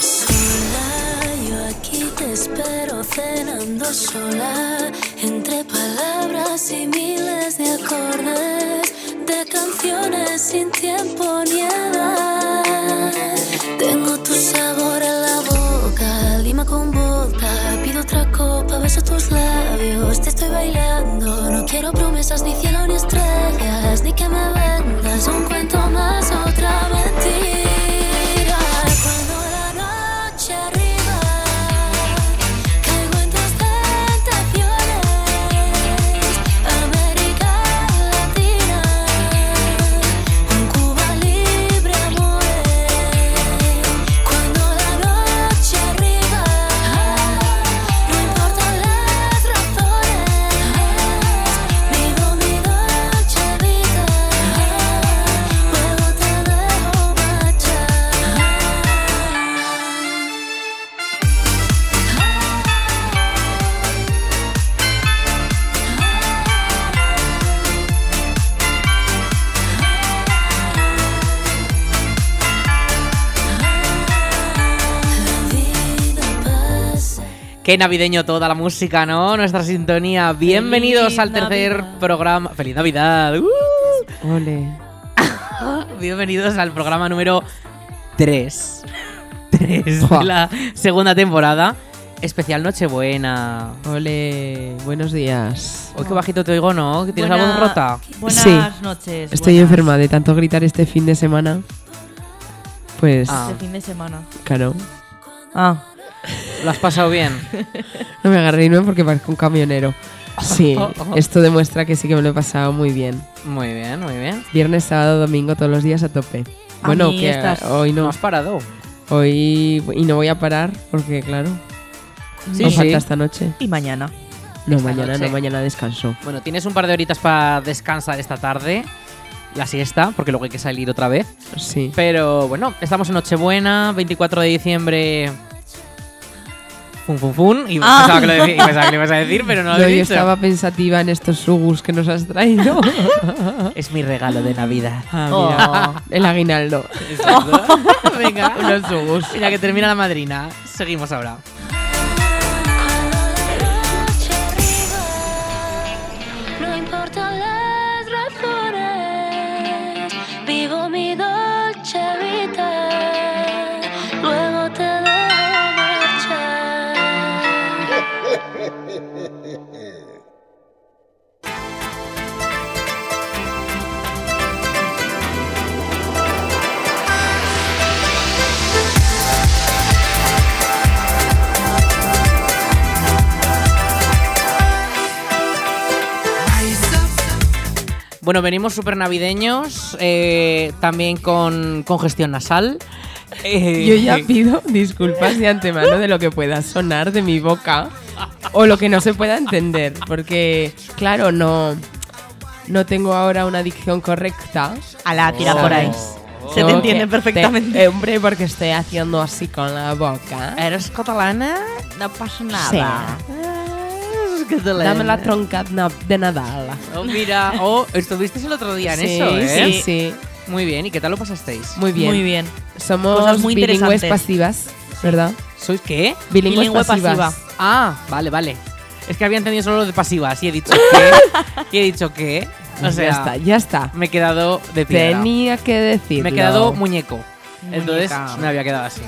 Hola, yo aquí te espero cenando sola entre palabras y miles de acordes de canciones sin tiempo ni edad. Tengo tu sabor en la boca, lima con vodka, pido otra copa, beso tus labios, te estoy bailando, no quiero promesas ni cielo ni estrellas, ni que me vendas un cuento más otra mentira. Cuando la noche arriba caigo en tus tentaciones, América Latina, un Cuba libre amores. Cuando la noche arriba, no importan las razones, vivo mi noche vida, luego te dejo marchar. Qué navideño toda la música, ¿no? Nuestra sintonía. Bienvenidos Feliz al tercer Navidad. programa. ¡Feliz Navidad! ¡Uh! Ole. Bienvenidos al programa número 3. 3 Buah. de la segunda temporada. Especial Nochebuena. Ole. Buenos días. Hoy qué bajito te oigo, ¿no? Que tienes la Buena- voz rota. Buenas Sí. noches. Estoy buenas. enferma de tanto gritar este fin de semana. Pues, Ah. Este fin de semana. claro. Ah, ¿Lo has pasado bien? No me agarré no porque parezco un camionero. Sí, esto demuestra que sí que me lo he pasado muy bien. Muy bien, muy bien. Viernes, sábado, domingo, todos los días a tope. A Bueno, mí que estas- hoy No no. has parado. Hoy. Y no voy a parar porque, claro. Sí, no sí. falta esta noche. y mañana. No, Esta mañana noche. no, mañana descanso. Bueno, tienes un par de horitas para descansar esta tarde. La siesta, porque luego hay que salir otra vez. Sí. Pero bueno, estamos en Nochebuena, 24 de diciembre. Fun, fun, fun. Y Ah. pensaba, que lo decí- y pensaba que lo ibas a decir, pero no lo yo, he yo dicho. estaba pensativa en estos sugus que nos has traído. Es mi regalo de Navidad. Oh. Oh. Ah, mira, El aguinaldo. Exacto. Venga, unos sugus. Mira que termina la madrina. Seguimos ahora. Cuando la noche arriba, no importan las razones, vivo mi dolce vida, luego te dejo marchar. Bueno, venimos súper navideños, eh, también con congestión nasal. Eh, Yo ya pido disculpas de antemano de lo que pueda sonar de mi boca o lo que no se pueda entender, porque claro, no no tengo ahora una dicción correcta. Alá, tira por ahí. Se Tengo Oh. te entiende que- perfectamente. Eh, te- eh, hombre, porque estoy haciendo así con la boca. ¿Eres catalana? No pasa Sí. Dame la tronca na- de Nadal. Oh, mira. Oh, estuvisteis el otro día en sí, eso, ¿eh? sí, sí. Muy bien, ¿y qué tal lo pasasteis? Muy bien. Muy bien. Somos Cosas muy bilingües interesantes. pasivas, ¿verdad? ¿Sois qué? Bilingües Bilingüe pasivas. pasiva. Ah, vale, vale. Es que había entendido solo lo de pasivas y he dicho qué. y he dicho qué. O sea, ya está, ya está. me he quedado de piedra. Tenía que decir. me he quedado muñeco. Entonces Muñeca. me había quedado así.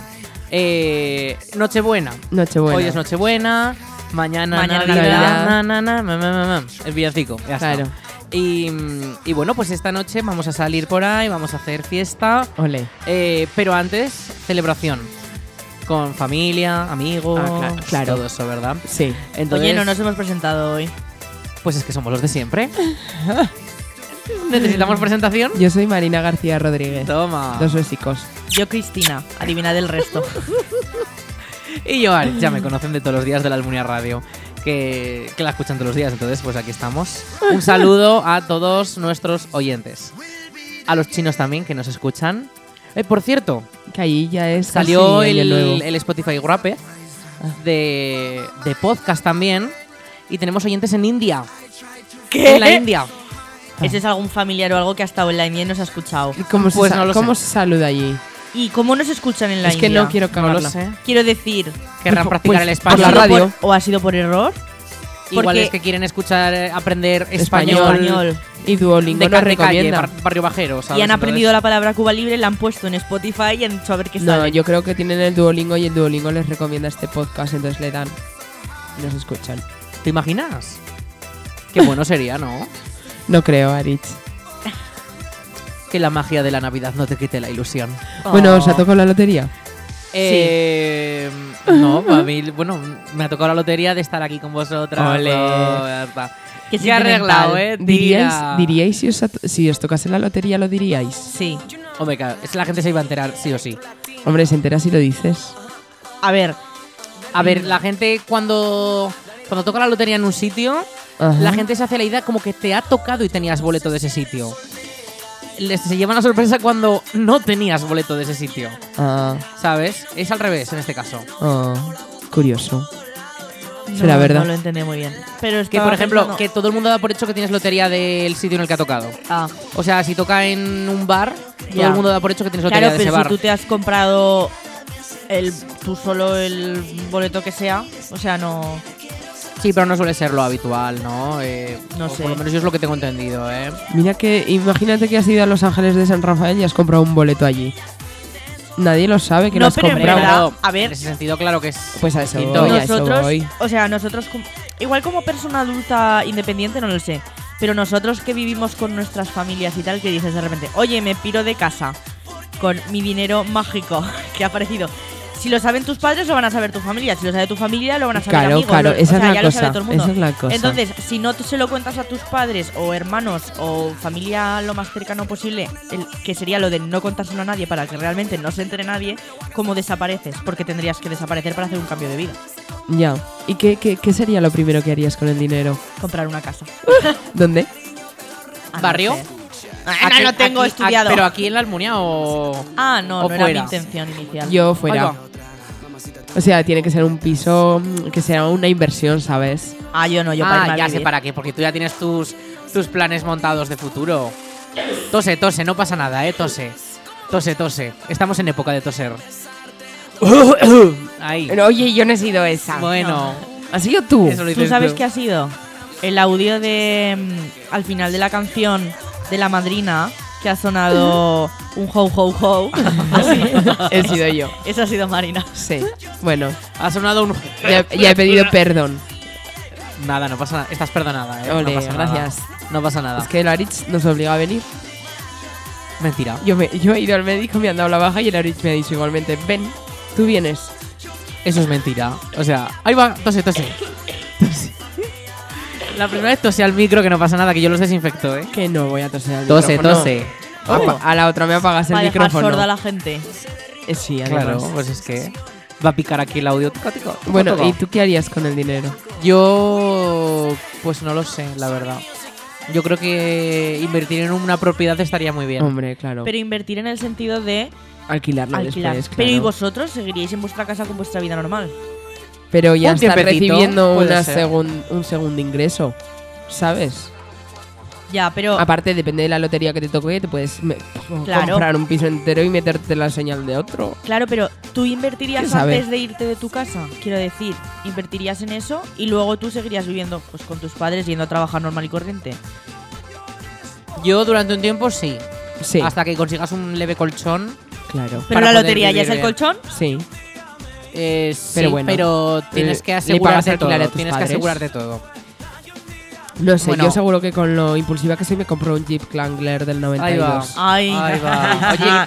Eh, Nochebuena. Nochebuena. Hoy es Nochebuena. Mañana, Mañana Navidad. Navidad. na, na, na, ma, ma, ma, ma. El villancico. Ya está. Claro. Y, mm, y bueno, pues esta noche vamos a salir por ahí, vamos a hacer fiesta. Ole. Eh, pero antes, celebración. Con familia, amigos, Ah, cla- claro. todo eso, ¿verdad? Sí. Entonces, Oye, no nos hemos presentado hoy. pues es que somos los de siempre. ¿Necesitamos presentación? Yo soy Marina García Rodríguez. Toma. Dos besicos. Yo, Cristina. Adivina del resto. Y yo, Alex, ya me conocen de todos los días de la Almunia Radio, que, que la escuchan todos los días, entonces pues aquí estamos. Un saludo a todos nuestros oyentes. A los chinos también que nos escuchan. Eh, por cierto, Que ahí ya es Salió casi año el, nuevo. el Spotify Wrapped de, de podcast también. Y tenemos oyentes en India. En la India. Exacto. Ese es algún familiar o algo que ha estado en la India y nos ha escuchado. ¿Y ¿Cómo, se, Pues sa- no lo cómo sé. se saluda allí? ¿Y cómo nos escuchan en la es que India? no quiero No cagarla. lo sé. Quiero decir, Querrán Pues- practicar pues, el por español. la ¿ha sido radio. por- ¿o ha sido por error? Igual porque- es que quieren escuchar, eh, aprender español, Español. Español. Y Duolingo de nos calle, de calle, recomienda. bar- barrio bajero, ¿sabes? Y han Entonces, aprendido la palabra Cuba Libre, la han puesto en Spotify y han dicho a ver qué No, sale. yo creo que tienen el Duolingo y el Duolingo les recomienda este podcast, entonces le dan y nos escuchan. ¿Te imaginas? Qué bueno sería, ¿no? No creo, Aritz. Que la magia de la Navidad no te quite la ilusión. Bueno, Oh. ¿os ha tocado la lotería? Eh, no, a mí, bueno, me ha tocado la lotería de estar aquí con vosotras. Ole. Oh, ya está. Qué Ya arreglado, sentimental. ¿eh? Tía. ¿Diríais, diríais si, os, at- si os tocase la lotería, lo diríais? Sí. Hombre, claro, es que la gente se iba a enterar, sí o sí. Hombre, se entera si lo dices. A ver, A ver, la gente cuando, cuando toca la lotería en un sitio, Ajá. la gente se hace la idea como que te ha tocado y tenías boleto de ese sitio. Les, se llevan la sorpresa cuando no tenías boleto de ese sitio, Ah, ¿sabes? Es al revés en este caso. ah, curioso. no, Será verdad. no lo entendí muy bien. Pero Que, por ejemplo, que todo el mundo da por hecho que tienes lotería del sitio en el que ha tocado. O sea, si toca en un bar, todo Ya. el mundo da por hecho que tienes lotería claro, de ese pero bar. si tú te has comprado el, tú solo el boleto que sea, o sea, no... Sí, pero no suele ser lo habitual, ¿no? Eh, No o sé. Por lo menos yo es lo que tengo entendido, ¿eh? Mira que, imagínate que has ido a Los Ángeles de San Rafael y has comprado un boleto allí. Nadie lo sabe que No, lo has pero en comprado. verdad- a ver. En ese sentido, claro que es. Pues a eso Quinto. voy, a eso nosotros, voy. o sea, nosotros com- igual como persona adulta independiente no lo sé, pero nosotros que vivimos con nuestras familias y tal que dices de repente, "Oye, me piro de casa con mi dinero mágico que ha aparecido." Si lo saben tus padres, lo van a saber tu familia. Si lo sabe tu familia, lo van a saber Claro, amigos. claro, lo- esa o sea, es la ya cosa, Lo sabe todo el mundo. esa es la Pues cosa. Entonces, si no te- se lo cuentas a tus padres o hermanos o familia lo más cercano posible, el- que sería lo de no contárselo a nadie para que realmente no se entere nadie, ¿cómo desapareces? Porque tendrías que desaparecer para hacer un cambio de vida. Ya. ¿Y qué, qué- qué sería lo primero que harías con el dinero? comprar una casa. ¿Dónde? Ah, no ¿Barrio? sé. Ah, no Aquí- lo tengo aquí- estudiado. a- pero aquí en la Almunia o. ah, no, o no era mi fuera. intención inicial. Yo Ahí fuera. O sea, tiene que ser un piso mm, que sea una inversión, ¿sabes? ah, yo no, yo para irme ah, a ya vivir. sé para qué, porque tú ya tienes tus, tus planes montados de futuro. Tose, tose, no pasa nada, ¿eh? Tose. Tose, tose. Estamos en época de toser. Ahí. Oye, yo no he sido esa. Bueno, ¿Has sido tú? eso lo ¿Tú dices sabes qué ha sido? El audio de. mm, al final de la canción de la madrina, que ha sonado un ho ho ho. He sido yo. Eso ha sido Marina. Sí. Bueno, Ha sonado un. ya, ya he pedido perdón. Nada, no pasa nada. Estás perdonada, ¿eh? Ole, no pasa nada. gracias. No pasa nada. Es que el Aritz nos obliga a venir. Mentira. Yo, me, yo he ido al médico, me han dado la baja y el Aritz me ha dicho igualmente, ven, tú vienes. Eso es mentira. O sea, ahí va, tose, tose. Tose. La primera vez tose al micro, que no pasa nada, que yo los desinfecto, ¿eh? Que no voy a toser al Tose, micrófono. tose. Oh, Apa- A la otra me apagas el Para dejar micrófono. sorda a la gente. Eh, sí, Claro, además. pues es que va a picar aquí el audio. Tico, tico, tico, Bueno, tico. ¿y tú qué harías con el dinero? Yo, pues no lo sé, la verdad. Yo creo que invertir en una propiedad estaría muy bien. Hombre, claro. Pero invertir en el sentido de Alquilarlo alquilar. después, claro. Pero ¿y vosotros seguiríais en vuestra casa con vuestra vida normal? Pero ya Un estás tiempecito, recibiendo puede una ser. segun- un segundo ingreso, ¿sabes? Ya, pero. Aparte, depende de la lotería que te toque, te puedes me- Oh. Claro. comprar un piso entero y meterte la señal de otro. Claro, pero tú ¿Quién invertirías sabe? antes de irte de tu casa. Quiero decir, invertirías en eso y luego tú seguirías viviendo pues con tus padres yendo a trabajar normal y corriente. Yo durante un tiempo sí, Sí, hasta que consigas un leve colchón. claro. Pero Para la poder lotería ya es vivir el bien. colchón. Sí, Eh, sí, Pero bueno, pero tienes eh, que le pagas asegurarte todo. alquiler a tus Tienes padres. que asegurarte todo. no sé, Bueno. yo seguro que con lo impulsiva que soy me compro un Jeep Wrangler del Ahí va. Ah. 92. Ay. Ahí va.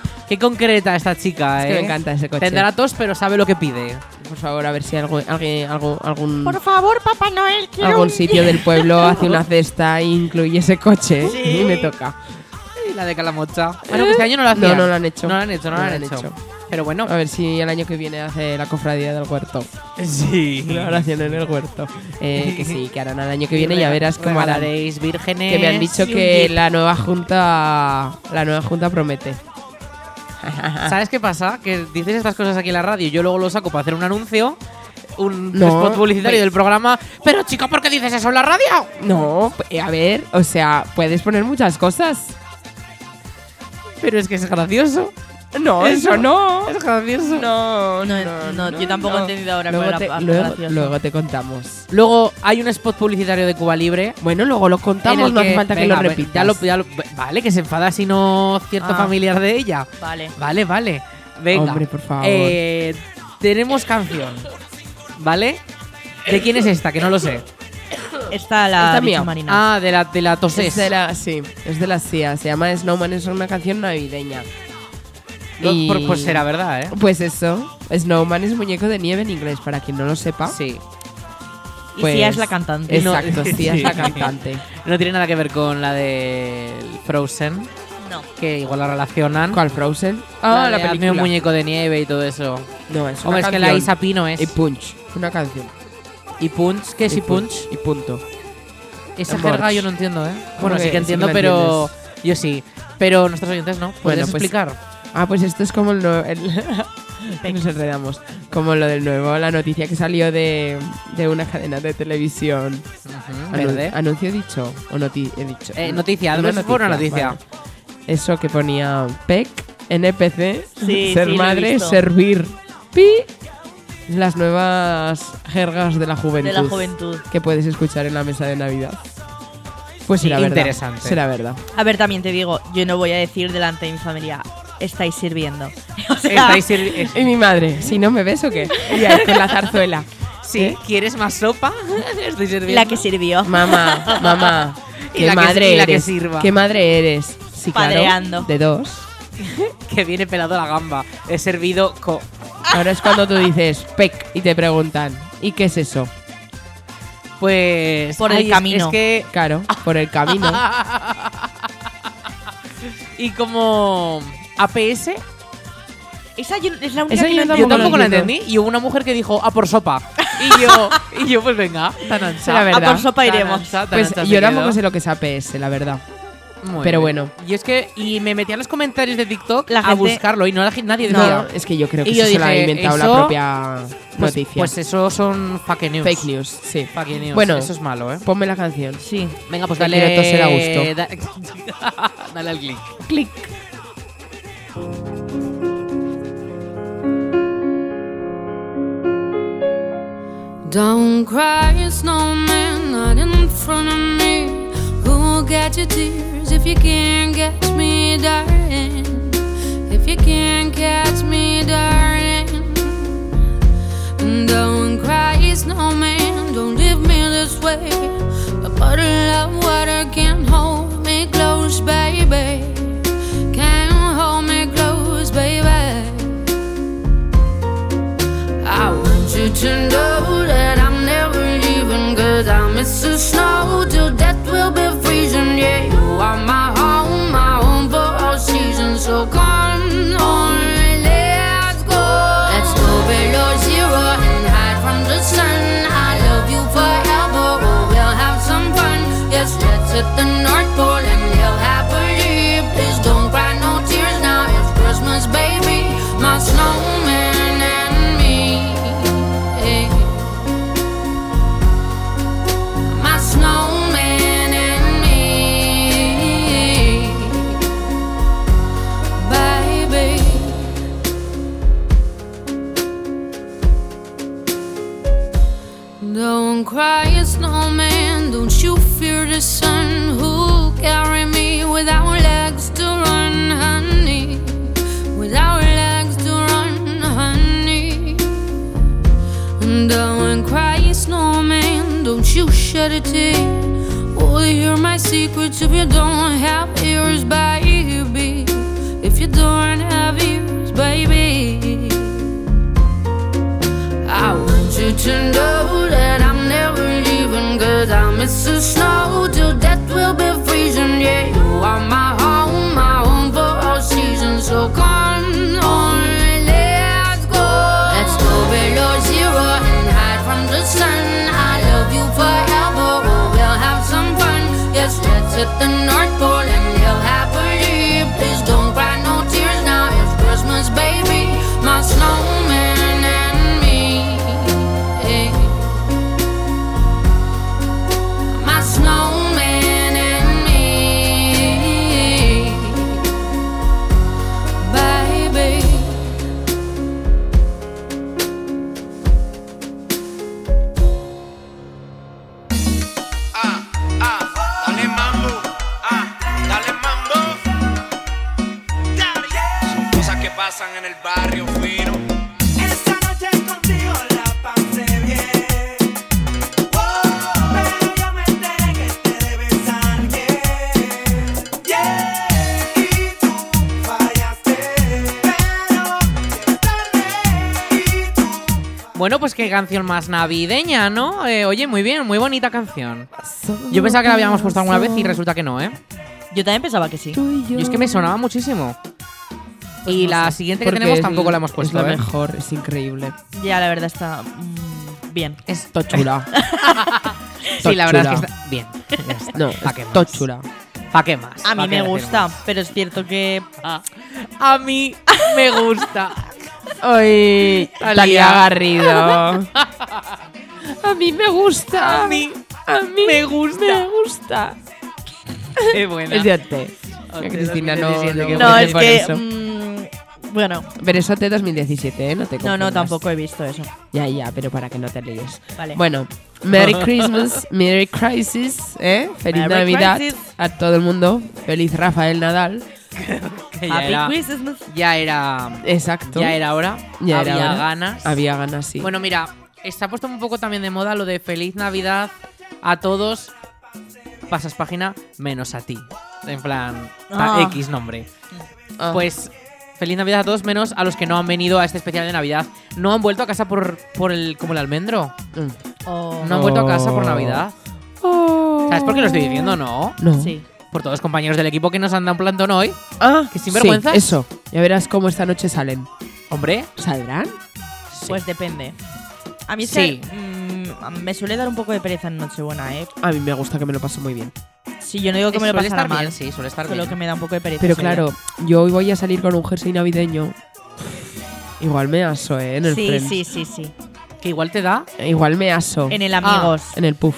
Oye, qué concreta esta chica, Es ¿eh? que me encanta ese coche. Tendrá tos, pero sabe lo que pide. Por favor, a ver si algo- alguien, algo, algún, Por favor, Papá Noel, quiero algún un- sitio del pueblo hace una cesta e incluye ese coche Sí. y me toca. Y la de Calamocha. Bueno, que este año no la No, hacían. no lo han hecho. No la han hecho, no, la han, hecho. Pero bueno. A ver si el año que viene hace la cofradía del huerto. Sí. La oración en el huerto. Eh, que sí, que harán el año que viene ya verás cómo harán. Regalaréis vírgenes. Que me han dicho y un que jeep. la nueva junta la nueva junta promete. ¿Sabes qué pasa? Que dices estas cosas aquí en la radio. Yo luego lo saco para hacer un anuncio. un No, spot publicitario pues- del programa. Pero chico, ¿por qué dices eso en la radio? No, eh, a ver, o sea, puedes poner muchas cosas. Pero es que es gracioso. No, eso, Eso. no. Es gracioso. No, No, no, yo tampoco he entendido ahora luego cuál te, era la- luego, gracioso. luego te contamos. Luego hay un spot publicitario de Cuba Libre. Bueno, luego lo en contamos, el no hace falta venga, que ve- lo repitas. ya lo- ya lo- ve- vale, que se enfada si no cierto Ah. familiar de ella. Vale. Vale, vale. Venga. Hombre, por favor. Eh, tenemos canción. ¿Vale? ¿De quién es esta? Que no lo sé. Esta la Esta ha dicho mía. Marina. Ah, de la, de la tosés. es de la, sí, es de la CIA, se llama Snowman, es una canción navideña. No, y- por- Pues será verdad, ¿eh? Pues eso, Snowman es muñeco de nieve en inglés, para quien no lo sepa. Sí. y pues- Sia es la cantante. no- Exacto, Sia es la Sí. cantante. No tiene nada que ver con la de Frozen, No. que igual la relacionan. ¿Cuál, Frozen? Ah, la, película. un muñeco de nieve y todo eso. No, es una Hombre, es que la canción. Isa Pino Y es. Punch, una canción. Y Punch, ¿qué es y Punch? Y punto. Esa Amor. jerga yo no entiendo, ¿eh? Bueno, que sí sí que que entiendo, la pero. Yo sí. Pero nuestros oyentes no. ¿Puedes Bueno, pues- explicar? Ah, pues esto es como lo- el- nos enredamos. Como lo del nuevo, la noticia que salió de, de una cadena de televisión. Ujú, Anun- Verde. Anuncio dicho o noti he dicho. Eh, noticia, eso fue una noticia. vale. Eso que ponía PEC, NPC, Sí, ser sí, lo he madre, visto. servir. Pi. Las nuevas jergas de la juventud. De la juventud. Que puedes escuchar en la mesa de Navidad. Pues Sí, será verdad. interesante. Será verdad. A ver, también te digo, yo no voy a decir delante de mi familia, estáis sirviendo. O sea, Estáis sirvi- eh, es- Y mi madre, si no me ves o qué. Y ahí con la zarzuela. ¿Eh? Sí, ¿quieres más sopa? Estoy sirviendo. la que sirvió. Mamá, mamá. Y ¿Qué la que- madre y eres? la que sirva. ¿Qué madre eres? Sí, claro, Padreando. de dos. que viene pelado la gamba. He servido co. Ahora es cuando tú dices PEC y te preguntan, ¿y qué es eso? Pues. Por el es- camino. Es que. Claro, por el camino. Y como. APS. Esa yo- es la única Esa que yo no Yo Tampoco lo tampoco la entiendo. entendí. Y hubo una mujer que dijo, a por sopa. Y yo, y yo pues venga, tan ancha. Será verdad. A por sopa iremos. Pues yo tampoco sé lo que es APS, la verdad. pero bueno. Y es que y me metí a los comentarios de TikTok La a gente- buscarlo y no la gen- nadie No, decía. es que yo creo que Y eso yo se lo ha dije, inventado la eso- propia pues, noticia. pues eso son fake news. Fake news, sí. Fake news. Bueno. eso es malo, ¿eh? Ponme la canción. Sí. Venga, pues Te dale. quiero toser a gusto. da- dale al clic. Clic. Don't cry, snowman, not in front of me. Who'll get your tears if you can't catch me, darling? If you can't catch me, darling. And Don't cry, snowman, don't leave me this way. A bottle of water can't hold me close, baby. Can't hold me close, baby. I want you to know that I'm never leaving Cause I miss the snow till death will be freezing Yeah, you are my home, my home for all seasons So come on, let's go Let's go below zero and hide from the sun I love you forever, oh we'll have some fun Yes, let's hit the North Pole and live happily Please don't cry no tears now, it's Christmas baby My snowman and me. My snowman and me. Baby. Don't cry, snowman. Don't you fear the sun? Who'll carry me without legs to run, honey? Without legs to run, honey. And don't cry, snowman. Don't you shed a tear. Will you hear my secrets if you don't have ears, baby? If you don't have ears, baby. I want you to know that I'm never leaving Cause I miss the snow till death will be freezing Yeah, you are my home, my home for all seasons So come on, let's go Let's go below zero and hide from the sun I love you forever, oh, we'll have some fun Yes, let's hit the North Pole and live happily Please don't cry no tears now, it's Christmas, baby My snowman and me. pasan en el barrio fino. Esta noche contigo la pasé bien. Oh, Pero yo me enteré que te debes a alguien. Y tú fallaste. Pero te tarde. Y tú Bueno, pues qué canción más navideña, ¿no? Eh, oye, muy bien, muy bonita canción. Yo pensaba que la habíamos puesto alguna vez y resulta que no, ¿eh? Yo también pensaba que sí. Yo es que me sonaba muchísimo. y Pues no la sé, siguiente que porque tenemos es- tampoco la hemos puesto, Es la ¿eh? mejor, es increíble. Ya, la verdad está mm, bien. Es Tochula. Sí, la verdad es que Tochula. está bien. No, ¿Para qué más? es tochula. ¿Para qué más? A ¿Pa' mí qué me decir gusta, más? pero es cierto que A mí me gusta. Ay, Talía. Talía Garrido. A mí me gusta. A mí A mí me gusta. Me gusta. Qué buena. Es de OT. OT Cristina no. 2017, qué no, no bueno voy a es por que eso. mm, bueno, Pero es OT 2017, ¿eh? No te no, no confundas. tampoco he visto eso. Ya, ya, pero para que no te líes. Vale. Bueno, Merry Christmas, Merry Crisis, ¿eh? Feliz Merry Navidad Crisis. a todo el mundo. Feliz Rafael Nadal. Que ya era, Happy Christmas. ya era. Exacto. Ya era hora. Ya era había hora. ganas. Había ganas, sí. Bueno, mira, se ha puesto un poco también de moda lo de feliz Navidad a todos. Pasas página menos a ti. En plan, ta- Ah. X nombre. Ah. Pues feliz Navidad a todos menos a los que no han venido a este especial de Navidad. No han vuelto a casa por, por el como el almendro. Mm. No han vuelto a casa por Oh. Navidad. ¿Sabes por qué lo estoy diciendo, Oh. no? No. Sí. Por todos los compañeros del equipo que nos andan plantón hoy. Ah, ¿Que sinvergüenzas? sí, eso. Ya verás cómo esta noche salen. Hombre, ¿Saldrán? Pues depende. A mí es Sí. que, mm, me suele dar un poco de pereza en Nochebuena, ¿eh? A mí me gusta que me lo paso muy bien. Sí, yo no digo que me lo suele pasara estar mal, bien, sí, suele estar solo bien. que me da un poco de pereza. Pero sí. claro, yo hoy voy a salir con un jersey navideño. Igual me aso, ¿eh? En el sí, Friends. sí, sí, sí. Que igual te da. Igual me aso. En Ah. el amigos. En el puff.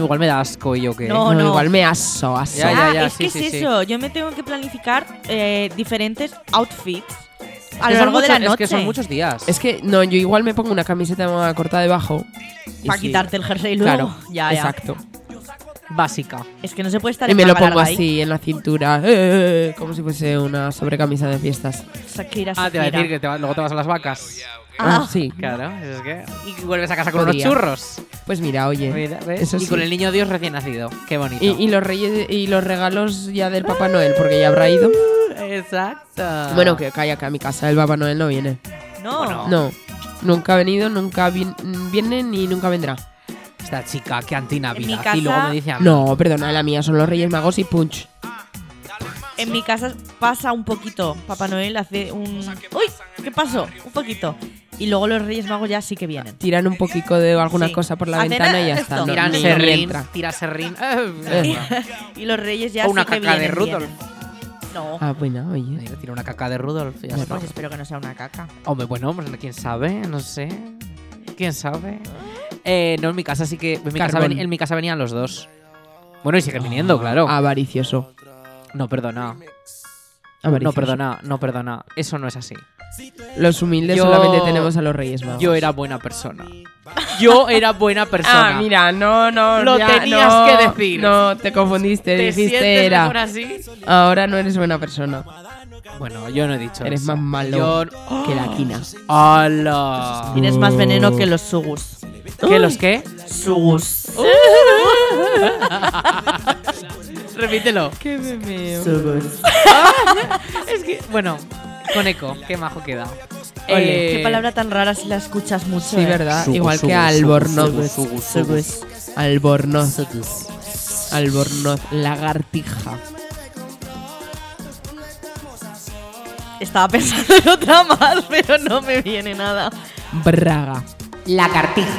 Igual me da asco y yo que. No, no. Igual me aso, aso. Ya, ya, Ah, ya, es sí, que sí, es sí. eso. Yo me tengo que planificar eh, diferentes outfits a Que son lo largo de la muchos- noche. Es que son muchos días. Es que no, yo igual me pongo una camiseta de manga corta debajo. y Para sí. quitarte el jersey luego. Claro, ya, ya. exacto. básica. Es que no se puede estar Y en me lo manga pongo larga ahí. así en la cintura, eh, como si fuese una sobrecamisa de fiestas. Shakira, Ah, te iba a Shakira. decir que te va- luego te vas a las vacas. Ah, sí. Claro, eso es que. Y vuelves a casa con Podría. unos churros. Pues mira, oye. Mira, ¿ves? Eso y sí. con el niño Dios recién nacido. Qué bonito. Y, y los reyes y los regalos ya del Papá Noel, porque ya habrá ido. Exacto. Bueno, que calla que a mi casa el Papá Noel no viene. No. Bueno. No. Nunca ha venido, nunca vin- viene ni nunca vendrá. Esta chica que En mi antinavidad. casa- Y luego me dice a mí. No, perdona, la mía son los Reyes Magos y Punch. En mi casa pasa un poquito. Papá Noel hace un. ¡Uy! ¿Qué pasó? Un poquito. Y luego los Reyes Magos ya sí que vienen. Tiran un poquito de alguna Sí. cosa por la Hacen, ventana y ya "Ah, está. esto". No, Tiran no, no me serrín. entra. Tira serrín. Eh. Y los Reyes ya O una sí que caca de vienen. Rudolf. vienen. No. Ah, bueno, oye. Tira una caca de Rudolf. Ya está. Pues espero que no sea una caca. Hombre, bueno, pues quién sabe, no sé. ¿Quién sabe? Eh, no, en mi casa sí que. En mi casa, Carbón. ven- en mi casa venían los dos. Bueno, y siguen viniendo, claro. Oh. Avaricioso. Ah. No, perdona. No, Avaricioso. perdona, no, perdona. Eso no es así. Los humildes Yo- solamente tenemos a los Reyes Magos. Yo era buena persona. Yo era buena persona. Ah, mira, no, no. Lo ya, tenías no, que decir. No, te confundiste, ¿Te sientes dijiste mejor era. así? Ahora no eres buena persona. Bueno, yo no he dicho Eres eso. más malo Yo- que la quina. ¡Hala! Tienes más veneno que los sugus. ¿Qué los qué? Sugus. Repítelo. Qué bebé. Es que, bueno, con eco, qué majo queda. Ole, Eh, Qué palabra tan rara si la escuchas mucho. Sí, eh. verdad. Sugus, Igual que sugus, Albornoz. sugus, sugus, Albornoz. Albornoz. Lagartija. Estaba pensando en otra más, pero no me viene nada. Braga. Lagartija.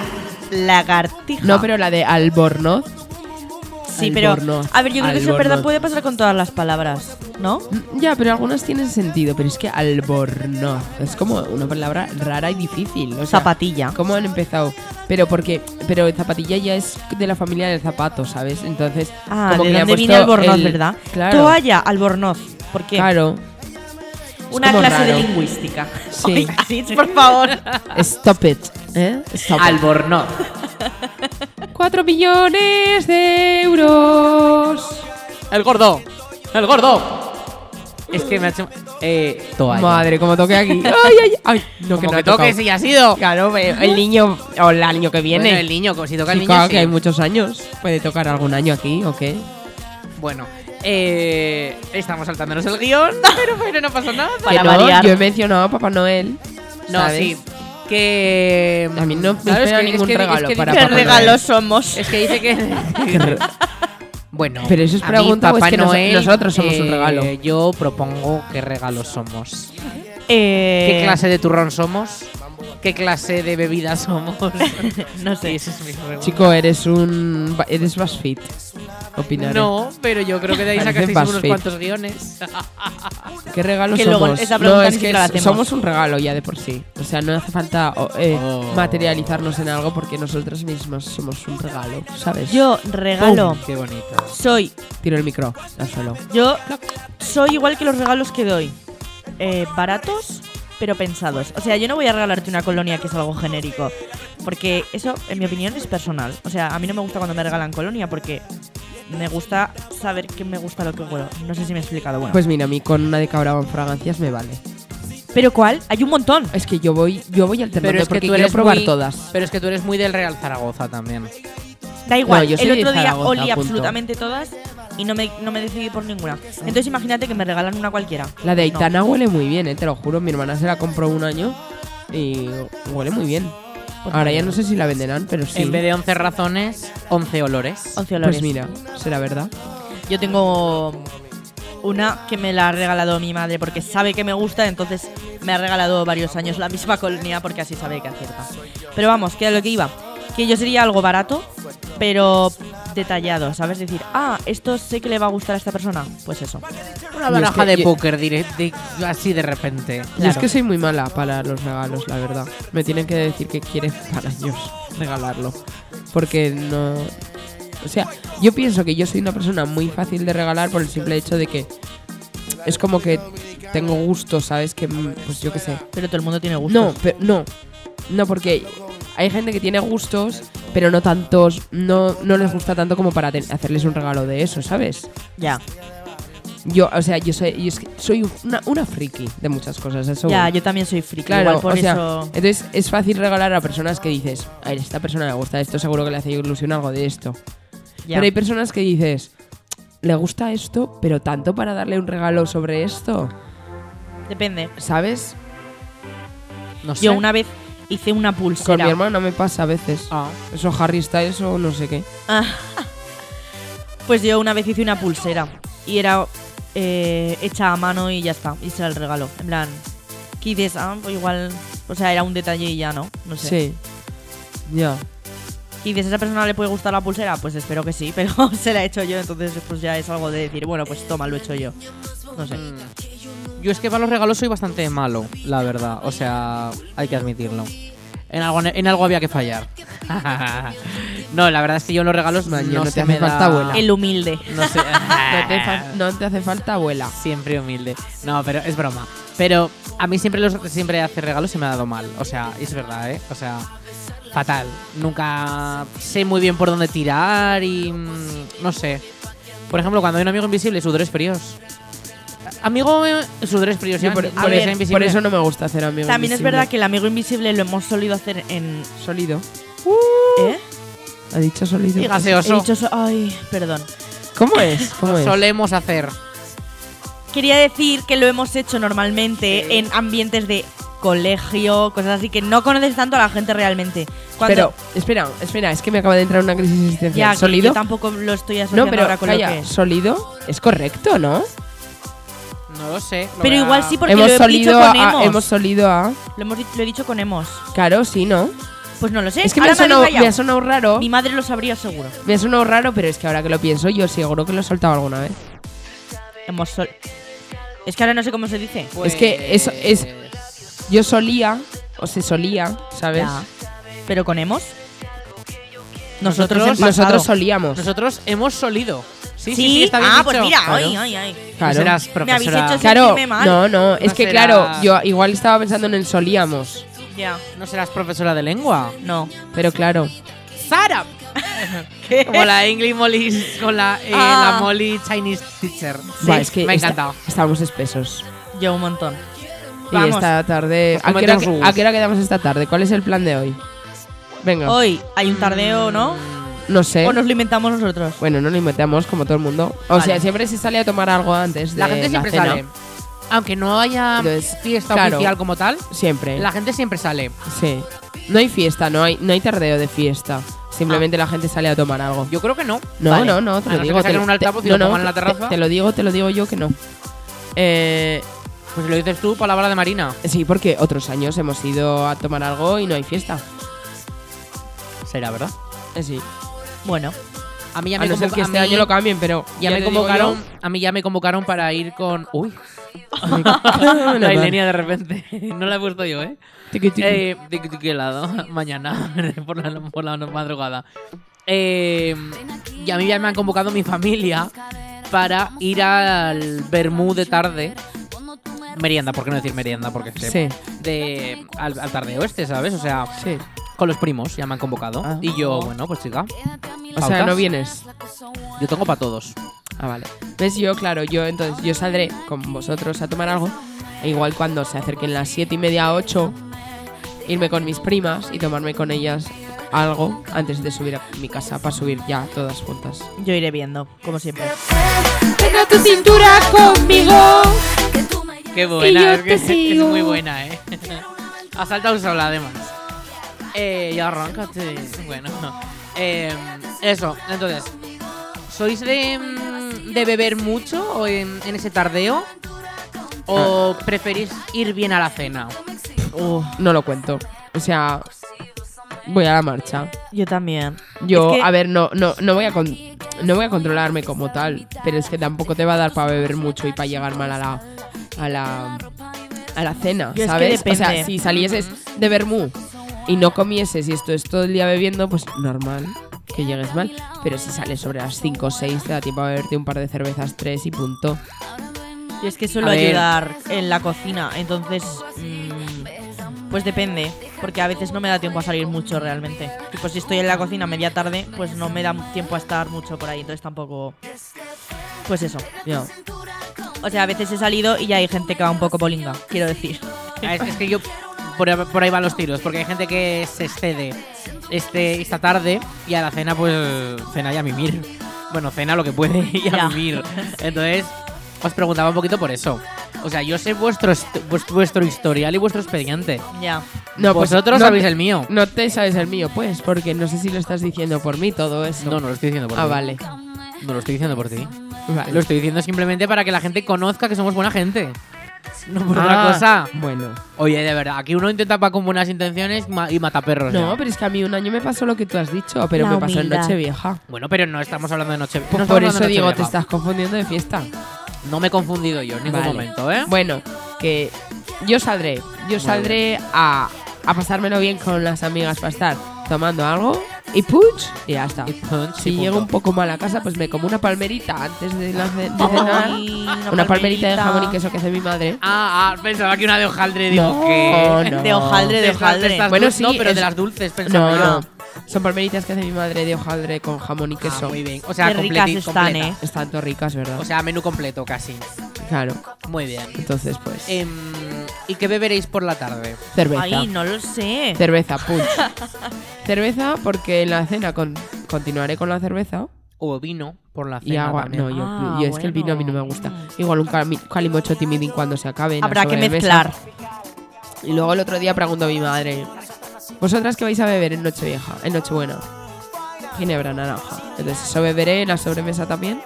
No, pero la de Albornoz. Sí, pero. Albornoz, A ver, yo creo que eso en albornoz. verdad puede pasar con todas las palabras, ¿no? Mm, Ya, pero algunas tienen sentido, pero es que albornoz es como una palabra rara y difícil. O sea, Zapatilla. ¿Cómo han empezado? Pero porque, pero zapatilla ya es de la familia del zapato, ¿sabes? Entonces, Ah, como de que le han donde viene puesto albornoz, el- ¿verdad? Claro, Toalla, albornoz. Porque claro. una como clase raro. de lingüística. Sí. Ay, Asís, por favor. Stop it, ¿eh? Stop Ah, it. Albornoz. Cuatro millones de euros. El gordo. El gordo. Es que me ha hecho. eh, toalla. Madre, como toque aquí. Ay, ay, ay. No, que Como no que ha tocado. toque si ha sido. Claro, pero el niño o el año que viene. Bueno, el niño, como si toca el Sí, niño. claro, sí. que hay muchos años. Puede tocar algún año aquí o qué. Bueno, eh, estamos saltándonos el guión, pero bueno, no pasa nada. Para Que no, variar. Yo he mencionado a Papá Noel. No, ¿sabes? sí. Que. A mí no me ¿sabes? espera Que- es ningún que- es regalo que para dice- ¿Qué Papá Noel. regalos somos? Es que dice que. bueno. Pero eso es a mí pregunta, o es Papá que nos- Noel, nosotros somos un eh, regalo. Yo propongo qué regalos somos. Eh, ¿Qué clase de turrón somos? ¿Qué clase de bebida somos? No sé. Esa es mi pregunta. Chico, eres un. Eres BuzzFeed. Opinaré. No, pero yo creo que de ahí Parece sacasteis unos BuzzFeed. cuantos guiones. ¿Qué regalo Que somos? luego esa pregunta no, ni es que siquiera la es- hacemos. somos un regalo ya de por sí. O sea, no hace falta o- eh, Oh. materializarnos en algo porque nosotros mismos somos un regalo, ¿sabes? Yo regalo. Qué bonito. Soy. Tiro el micro al suelo. Yo soy igual que los regalos que doy. Eh, baratos, pero pensados. O sea, yo no voy a regalarte una colonia que es algo genérico. Porque eso, en mi opinión, es personal. O sea, a mí no me gusta cuando me regalan colonia porque me gusta saber que me gusta lo que huelo. No sé si me he explicado. Bueno. Pues mira, a mí con una de cabra con fragancias me vale. ¿Pero cuál? Hay un montón. Es que yo voy, yo voy alternando porque quiero probar muy, todas. Pero es que tú eres muy del Real Zaragoza también. Da igual, yo soy el otro de día Zaragoza, olí punto. Ah. absolutamente todas y no me, no me decidí por ninguna. Entonces imagínate que me regalan una cualquiera. La de No. Aitana huele muy bien, eh, te lo juro. Mi hermana se la compró un año y huele muy bien. Ahora ya no sé si la venderán, pero sí. Pues En vez de 11 razones, 11 olores. Once olores. pues mira, será verdad. Yo tengo una que me la ha regalado mi madre porque sabe que me gusta, entonces me ha regalado varios años la misma colonia porque así sabe que acierta. Pero vamos, que a lo que iba, que yo sería algo barato, pero detallado, ¿sabes? Decir, ah, esto sé que le va a gustar a esta persona. Pues eso. Una Yo es baraja que- de yo- póker dire- de- así de repente. Yo es Claro. que soy muy mala para los regalos, la verdad. Me tienen que decir que quieren para ellos regalarlo. Porque no. O sea, yo pienso que yo soy una persona muy fácil de regalar por el simple hecho de que es como que tengo gusto, ¿sabes? Que, mm, pues yo qué sé. Pero todo el mundo tiene gusto. No, pero no. No, porque hay gente que tiene gustos, pero no tantos. No, no les gusta tanto como para te- hacerles un regalo de eso, ¿sabes? Ya, Yo, o sea, yo soy, yo es que soy una, una friki de muchas cosas. Eso ya, yo también soy friki. Claro, igual por o sea, eh, eso. entonces es fácil regalar a personas que dices, a ver, esta persona le gusta esto, seguro que le hace ilusión algo de esto. ya. Pero hay personas que dices, le gusta esto, pero tanto para darle un regalo sobre esto, Depende. ¿sabes? No sé. Yo una vez hice una Con mi pulsera. hermana me pasa a veces. Ah. Eso Harry está eso, no sé qué. Pues yo una vez hice una pulsera y era eh, hecha a mano y ya está. Y será el regalo. En plan, ¿qué dices? Ah, pues igual. O sea, era un detalle y ya no. No sé. Sí. Ya. ¿Qué dices? ¿A esa persona le puede gustar la pulsera? Pues espero que sí, pero se la he hecho yo, entonces pues ya es algo de decir, bueno, pues toma, lo he hecho yo. No sé. Yo es que para los regalos soy bastante malo, la verdad. O sea, hay que admitirlo. En algo, en algo había que fallar. no, la verdad es que yo en los regalos Man, no, yo no te se hace me da- falta abuela. El humilde. No sé. No te, Ah. fa- no te hace falta abuela. Siempre humilde. No, pero es broma. Pero a mí siempre los siempre hacer regalos se me ha dado mal. O sea, es verdad, ¿eh? O sea, fatal. Nunca sé muy bien por dónde tirar y mm, no sé. Por ejemplo, cuando hay un amigo invisible, sudores fríos. Amigo, eh, sudores fríos. Yo ya, por, a por ver, eso- invisible. por eso no me gusta hacer amigos. También es verdad que el amigo invisible lo hemos solido hacer en... Solido. ¿Eh? ¿Ha dicho solido? Y He gaseoso. dicho so- Ay, perdón. ¿Cómo es? ¿Cómo es? Solemos hacer. Quería decir que lo hemos hecho normalmente en ambientes de colegio, cosas así que no conoces tanto a la gente realmente. Cuando Pero, espera, espera, es que me acaba de entrar una crisis ya existencial. que ¿Solido? yo tampoco lo estoy asociando No, pero ahora con calla, lo que es. sólido es correcto, ¿no? No lo sé. lo Pero voy a- igual sí porque lo he dicho solido con a, hemos. hemos solido a. Lo, hemos di- lo he dicho con hemos. Claro, sí, ¿no? Pues no lo sé. Es que me ahora ha, sonado, habéis me ha callado. sonado raro. Mi madre lo sabría seguro. Me ha sonado raro, pero es que ahora que lo pienso, yo seguro que lo he soltado alguna vez. Hemos sol- Es que ahora no sé cómo se dice. Pues- es que eso es- Yo solía, o se solía, ¿sabes? Ya. Pero con hemos. Nosotros- Nosotros, en pasado. Nosotros solíamos. Pues, Nosotros hemos solido. Sí, sí, sí, Sí, está bien ah, dicho. pues mira, Claro. ay, ay, ay. Claro. Serás Me habéis profesora. hecho Claro, sentirme mal. no, no, es No que será- claro, yo igual estaba pensando en el solíamos, Ya, ¿No serás profesora de lengua? no. pero claro, ¡Sara! Como la English Molly, con la, eh, Ah. la Molly Chinese Teacher. Buah, es que me ha esta- encantado. estábamos espesos. Yo un montón. Y Vamos. esta tarde. Nos ¿a qué, hora, cometemos un ¿A qué hora quedamos esta tarde? ¿Cuál es el plan de hoy? Venga. Hoy hay un tardeo, ¿no? No sé. O nos lo inventamos nosotros. Bueno, no lo inventamos como todo el mundo. O Vale. sea, siempre se sale a tomar algo antes. De La gente siempre cena. sale. Aunque no haya Entonces, fiesta claro. oficial como tal, Siempre. la gente siempre sale. Sí. No hay fiesta, no hay, no hay tardeo de fiesta. Simplemente la gente sale a tomar algo. Ah. Yo creo que no. no, Vale. no, no, te A no lo ser digo. que te- saquen un te- altavoz y no, lo no, pongan en la te- terraza. Te, lo digo, te lo digo yo que no. Eh, Pues lo dices tú, palabra de Marina. sí, porque otros años hemos ido a tomar algo y no hay fiesta. Será, ¿verdad? Eh, Sí. Bueno, A mí ya A me no ser convoca- que a este mí- año lo cambien, pero Ya me te digo convocaron, a mí ya me convocaron para ir con. Uy, yo- la Ilenia de repente. No la he puesto yo, ¿eh? Tiqui, tiqui. Eh, ¿De qué- de qué lado? Mañana, por la, por la madrugada. Eh, y a mí ya me han convocado mi familia para ir al Bermú de tarde. Merienda, ¿por qué no decir merienda? Porque es que- Sí, De, al, al tardeo este, ¿sabes? O sea, sí. con los primos ya me han convocado. Ah. Y yo, bueno, pues chica, O sea, ¿Pautas? no vienes. yo tengo para todos. Ah, vale. ¿Ves? Yo, claro, yo entonces yo saldré con vosotros a tomar algo. E igual cuando se acerquen las siete y media, ocho, irme con mis primas y tomarme con ellas algo antes de subir a mi casa para subir ya todas juntas. yo iré viendo, como siempre. Pega tu cintura conmigo. Que tú me Qué Y yo buena, es, que te es sigo. muy buena, eh. Ha saltado sola, además. Eh, y arráncate. Bueno, eh, eso, entonces, ¿sois de, mm, de beber mucho o en, en ese tardeo? ¿O preferís ir bien a la cena? No lo cuento. O sea, voy a la marcha. Yo también. Yo, Es que- a ver, no, no, no voy a con- no voy a controlarme como tal, pero es que tampoco te va a dar para beber mucho y para llegar mal a la a la a la cena, Yo es que ¿sabes? o sea, depende. si salieses de Bermú y no comieses y esto es todo el día bebiendo, pues normal que llegues mal, pero si sales sobre las 5 o 6 te da tiempo a beberte un par de cervezas, tres y punto. Y es que suelo A ver. ayudar en la cocina, entonces. mm, pues depende, porque a veces no me da tiempo a salir mucho realmente. Tipo, si estoy en la cocina media tarde, pues no me da tiempo a estar mucho por ahí, entonces tampoco. Pues eso. Yo. O sea, a veces he salido y ya hay gente que va un poco bolinga, quiero decir. Ah, Es, es que yo. Por, ahí- por ahí van los tiros, porque hay gente que se excede este, esta tarde y a la cena, pues. cena y a mimir. Bueno, cena lo que puede y a Ya. mimir. Entonces, os preguntaba un poquito por eso. O sea, yo sé vuestro, est- vues- vuestro historial y vuestro expediente. Ya. No, pues Vosotros no sabéis te- el mío. No te sabes el mío, pues, porque no sé si lo estás diciendo por mí todo eso. No, no lo estoy diciendo por ah, ti. vale. No lo estoy diciendo por ti. Vale. Lo estoy diciendo simplemente para que la gente conozca que somos buena gente. No por Ah, otra cosa. Bueno. Oye, de verdad, aquí uno intenta pa- con buenas intenciones ma- y mata perros. No, ya. pero es que a mí un año me pasó lo que tú has dicho, pero La me pasó en humildad. Nochevieja. Bueno, pero no estamos hablando de noche. Pues no por estamos hablando eso de digo, te Nochevieja. estás confundiendo de fiesta. No me he confundido yo en ningún Vale. momento, ¿eh? Bueno, que yo saldré. Yo saldré a, a pasármelo bien con las amigas para estar tomando algo y puch, y ya está. Y punch, Si y punto. llego un poco mal a casa, pues me como una palmerita antes de, la ce- de cenar. Una palmerita de jamón y queso que hace mi madre. Oh, Ah, ah, pensaba que una de hojaldre. Digo, No, ¿qué? no. De hojaldre, de De estas- de hojaldre. estas Bueno, dul- sí, No, pero es- de las dulces, pensaba No, yo. no. Son palmeritas que hace mi madre de hojaldre con jamón y Ah, queso. muy bien. O sea, Qué ricas completi- están, completa. ¿eh? Están todo ricas, ¿verdad? O sea, menú completo casi. claro. Muy bien. Entonces, pues. Em, ¿Y qué beberéis por la tarde? cerveza. Ay, no lo sé. Cerveza, punch. cerveza, porque en la cena con- continuaré con la cerveza ¿O vino por la cena? y agua. también. No, yo, Ah, yo es que el vino a mí no me bueno. gusta. Igual un cami- calimocho timidín cuando se acabe. en la Habrá que sobremesa. mezclar. Y luego el otro día pregunto a mi madre: ¿Vosotras qué vais a beber en Nochevieja? En Nochebuena. Ginebra, naranja. Entonces, eso beberé en la sobremesa también.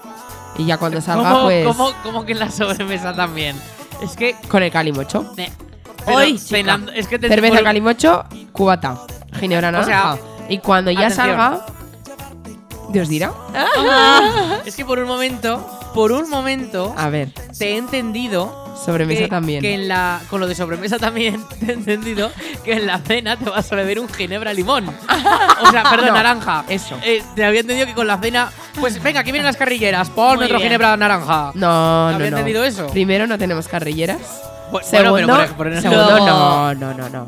Y ya cuando salga, ¿Cómo, pues. cómo, cómo que en la sobremesa también? Es que. Con el calimocho. ne- Hoy, pero cenando- es que te Cerveza, por- calimocho, cubata. Ginebra, O sea, naranja. y cuando ya atención. salga. Dios dirá. Es que por un momento, por un momento, A ver. te he entendido Sobremesa que, también. que en la, con lo de sobremesa también te he entendido que en la cena te vas a beber un ginebra limón. O sea, perdón, No, naranja. eso. Eh, te había entendido que con la cena. Pues venga, aquí vienen las carrilleras. Ponme Muy otro bien. ginebra naranja. No, no, ¿Había no. entendido eso? Primero no tenemos carrilleras. Bu- Segundo, bueno, pero por, por- segundo, No. no, no, no, no.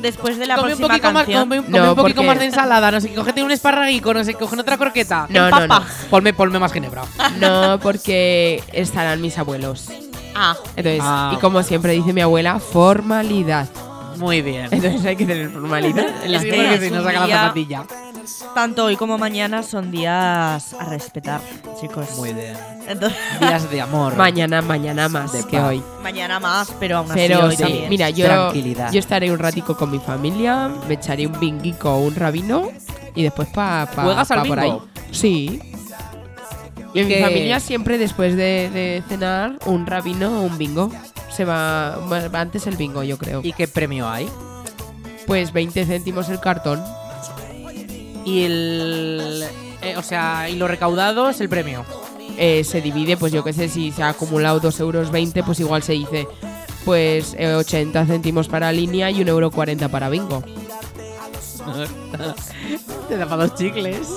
Después de la Come un próxima poquito más, canción. come un- No, come un poquito porque- más de ensalada, no sé, qué, cógete un esparraguico, no sé, cogen otra croqueta. No, no, papa. Ponme, ponme más ginebra. no. No, porque estarán mis abuelos. Ah, Entonces, Ah. y como siempre dice mi abuela, formalidad. Muy bien. Entonces hay que tener formalidad en las Sí, que porque es si no un saca la día- zapatilla. tanto hoy como mañana son días a respetar, chicos. Muy bien. Entonces, Días de amor. Mañana, mañana más De que paz. hoy. mañana más, pero aún así Pero hoy sí, también. mira, yo, Tranquilidad. yo estaré un ratico con mi familia, me echaré un binguico o un rabino y después pa, pa, ¿Juegas al pa por bingo? ahí. Sí. Y en mi Que- familia siempre después de, de cenar un rabino o un bingo. Se va, va- va antes el bingo, yo creo. ¿Y qué premio hay? pues 20 céntimos el cartón. Y el. eh, o sea, y lo recaudado es el premio. eh, se divide, pues yo qué sé, si se ha acumulado 2,20 euros, pues igual se dice pues eh, 80 céntimos para línea y 1,40 euro para bingo. Te da para dos chicles.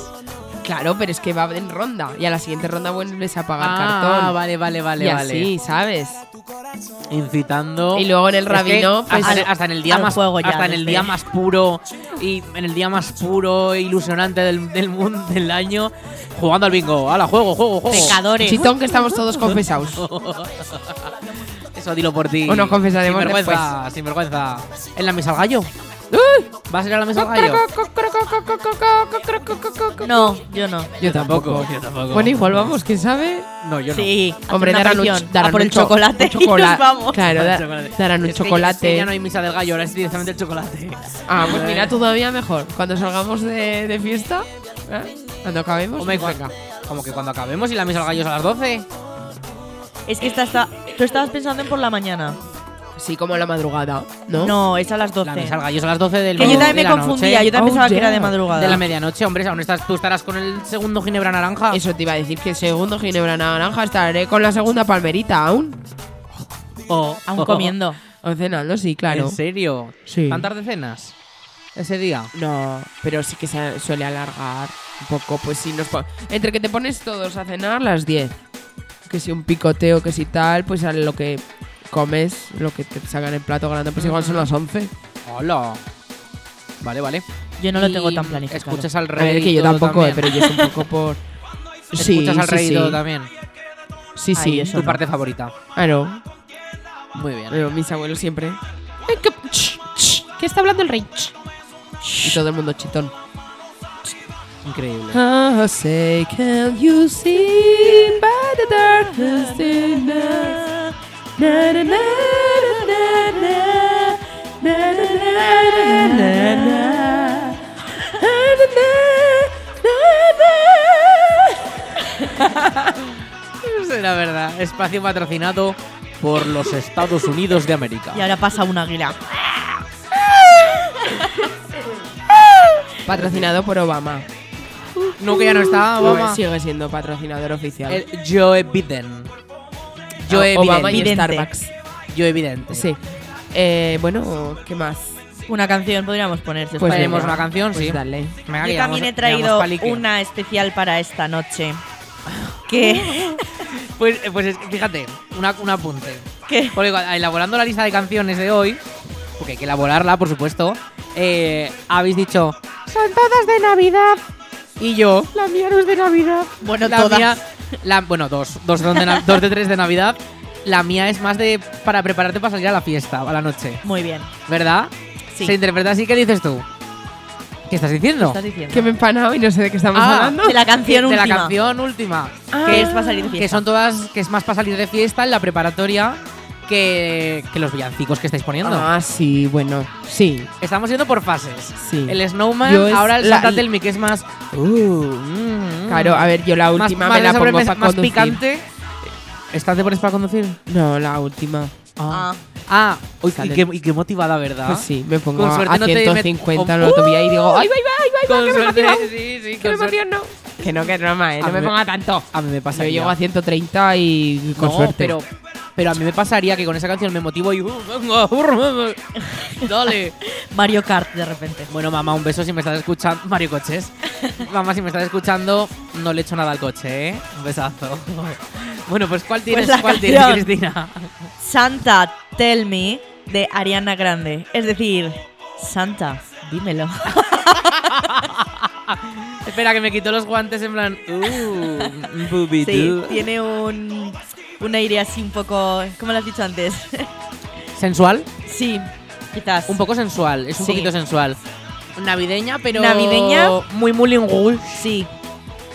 Claro, pero es que va en ronda y a la siguiente ronda vuelves a pagar Ah, cartón. vale, vale, vale, y vale. así, ¿sabes? Incitando. Y luego en el Es que rabino, pues- hasta, hasta en el día al más juego ya, hasta en el desde- día más puro y en el día más puro e ilusionante del, del mundo del año jugando al bingo. ¡Hala, juego, juego, juego! Pecadores. Chitón que estamos todos confesados. Eso dilo por ti. O nos confesaremos Sin vergüenza, sin vergüenza. En la mesa al gallo. ¿Vas a ir a la mesa al gallo? No, yo no. Yo tampoco, yo tampoco. Bueno, igual vamos, ¿quién sabe? No, yo no. Sí, hacer Hombre, una darán un, canción, ch- a darán por un el cho- chocolate un y nos chocola- vamos. Claro, Para el da- chocolate. darán un Es que ya- es que chocolate. ya no hay misa del gallo, ahora es directamente el chocolate. Ah, pues mira, todavía mejor. Cuando salgamos de, de fiesta, ¿eh? cuando acabemos, Hombre, pues cua- venga. Como que cuando acabemos y la misa del gallo es a las 12. Es que esta está. Tú estabas pensando en por la mañana. Sí, como a la madrugada, ¿no? No, es a las 12. La misa del gallo es a las 12 del Que yo de también me la noche. confundía, yo también Oh, pensaba que yeah. era de madrugada. De la medianoche, hombre, aún estás, tú estarás con el segundo ginebra naranja. Eso te iba a decir que segundo ginebra naranja estaré con la segunda palmerita aún. O- Aún comiendo. O cenando, sí, claro. ¿En serio? Sí. ¿Tan tarde cenas? Ese día. No, pero sí que se suele alargar un poco, pues si nos... po- Entre que te pones todos a cenar las 10, que si un picoteo, que si tal, pues a lo que comes, lo que te sacan en plato grande, pues igual son las 11. Hola. Vale, vale. Yo no lo tengo Y tan planificado. Escuchas al A rey. ver, que yo todo tampoco, eh, también. pero yo es un poco por... Sí, Escuchas al sí, rey sí. y todo también. Sí, sí. Ay, Tu parte favorita. Claro, Muy bien. pero mis abuelos siempre... "Ay, ¿Qué, ch, ch, ¿qué está hablando el rey? Ch, ch". Y todo el mundo chitón. Increíble. I Uh, say, can you see by the darkness in the night? Na, na, na, na, na, na, na, na, na, na, na. Na, na, na, Es la verdad. Espacio patrocinado por los Estados Unidos de América. Y ahora pasa un águila. na. Patrocinado por Obama. No, que ya no está Ah, Obama. Sigue siendo patrocinador oficial. El Joe Biden. Joe Ah, Obama y Biden. Biden. Starbucks. Joe Biden. Sí. Eh, bueno, ¿qué más? Una canción podríamos poner. si os Pues parece. Ponemos venga. una canción, Pues sí. dale. Venga, que Yo llevamos- también he llevamos traído palique. una especial para esta noche. Que, Pues, pues es que, fíjate, una, un apunte. que Porque cuando- elaborando la lista de canciones de hoy, porque hay que elaborarla, por supuesto, eh, habéis dicho, son todas de Navidad. Y yo, la mía no es de Navidad. Bueno, la todas. mía- la- bueno, dos. Dos, son de na- dos de tres de Navidad. La mía es más de para prepararte para salir a la fiesta, a la noche. Muy bien. ¿Verdad? Sí. Se interpreta así. ¿Qué dices tú? ¿Qué estás diciendo? ¿Estás diciendo? Que me he empanado y no sé de qué estamos Ah, hablando. De la canción de última. la canción última. Que es para salir de Que fiesta. son todas, que es más para salir de fiesta en la preparatoria que, que los villancicos que estáis poniendo. Ah, sí, bueno, sí, Estamos yendo por fases. sí. El Snowman, Yo es ahora el la- Santa Telmi, que es más. Uh, mm, Claro, a ver, yo la más- última más me de la pongo sobremesa, para más conducir. picante. ¿Estás de pones para conducir? No, la última. Ah. Ah, uy, y, Sale. qué, y qué motivada, ¿verdad? Pues sí, me pongo Con a, suerte a no te met- 150 en o- la autovía y digo, ¡ay, va, ay, va, ay, va, Con que me suerte- emociono! sí, sí, ¡Que con me suerte. emociono! Que no, que es broma, eh, A no me mí me- ponga tanto. A mí me pasa. Yo llego a 130 y con no, suerte. Pero, pero a mí me pasaría que con esa canción me motivo y. Dale. Mario Kart, de repente. Bueno, mamá, un beso si me estás escuchando. Mario Coches. mamá, si me estás escuchando, no le echo nada al coche, ¿eh? Un besazo. bueno, pues ¿cuál tienes, la cuál tienes, canción. Cristina? Santa Tell Me de Ariana Grande. Es decir, Santa, dímelo. Espera, que me quitó los guantes en plan. Uh, Sí, boobidoo. tiene un, un aire así un poco, como lo has dicho antes. ¿Sensual? sí, quizás. Un poco sensual, es un Sí. poquito sensual. Navideña, pero. Navideña. Muy Moulin Rouge. Sí,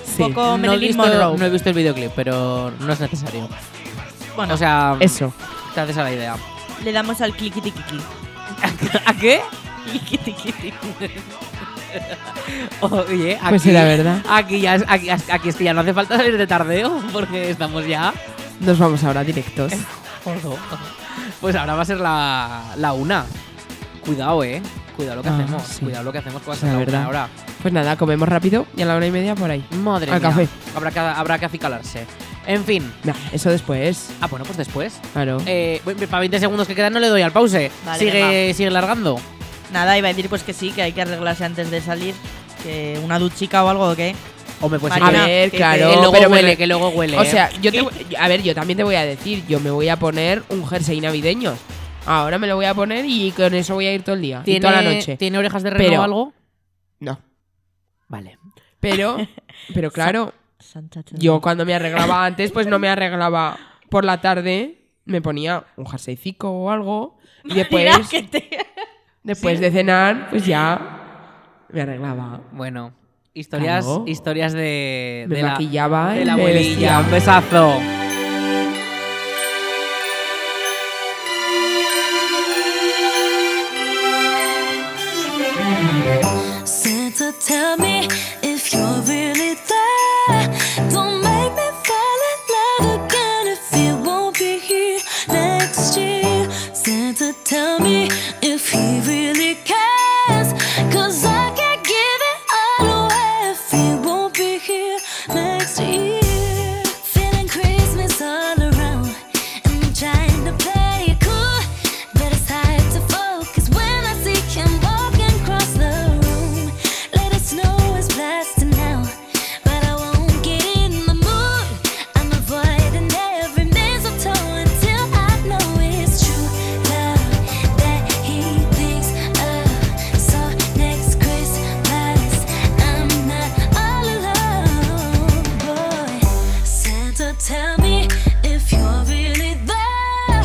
Sí. poco- Como no, he Marilyn visto, Monroe. no he visto el videoclip, pero no es necesario. bueno, O sea, Eso. te haces a la idea. le damos al cliquitiquiqui. ¿A qué? Cliquitiquiqui. Oye, aquí, Pues sí, la verdad. Aquí, ya es, aquí, aquí es que ya no hace falta salir de tardeo porque estamos ya. Nos vamos ahora directos. Pues ahora va a ser la, la una. Cuidado, eh. Cuidado lo que Ah, hacemos. sí. Cuidado lo que hacemos con La verdad. ahora. Pues nada, comemos rápido y a la una y media por ahí. Madre Al mía. café. Habrá que, habrá que acicalarse. En fin. Nah, eso después. Ah, bueno, pues después. Claro. Eh, bueno, para 20 segundos que quedan no le doy al pause. Vale, sigue, sigue largando. Nada, iba a decir pues que sí, que hay que arreglarse antes de salir. Que una duchica o algo, ¿o qué? O me puedes Marina, a ver, que- claro. que luego pero huele, bueno, que luego huele. O eh. sea, yo te voy- a ver, yo también te voy a decir, yo me voy a poner un jersey navideño. Ahora me lo voy a poner y con eso voy a ir todo el día y ¿tiene, toda la noche. ¿Tiene orejas de reno Pero- o algo? No. Vale. Pero, pero claro, Santa Teresa. yo cuando me arreglaba antes, pues no me arreglaba por la tarde, me ponía un jerseycico o algo y después, Mira que te- después de cenar, pues ya me arreglaba. Bueno, historias, Claro. historias de, Me de maquillaba la, de y la me abuelilla. vestía. Un besazo. Santa, tell me if you're really there. Don't make me fall in love again if you won't be here next year. Santa, tell me if he really cares. Cause I can't give it all away if he won't be here next year. Feeling Christmas all around. And I'm trying to play it cool, but it's hard to focus when I see him walking across the room. Let it snow is blasting now, but I won't get in the mood. I'm avoiding every mistletoe until I know it's true love that he thinks of. So next Christmas, I'm not all alone, boy. Santa, tell me if you're really there.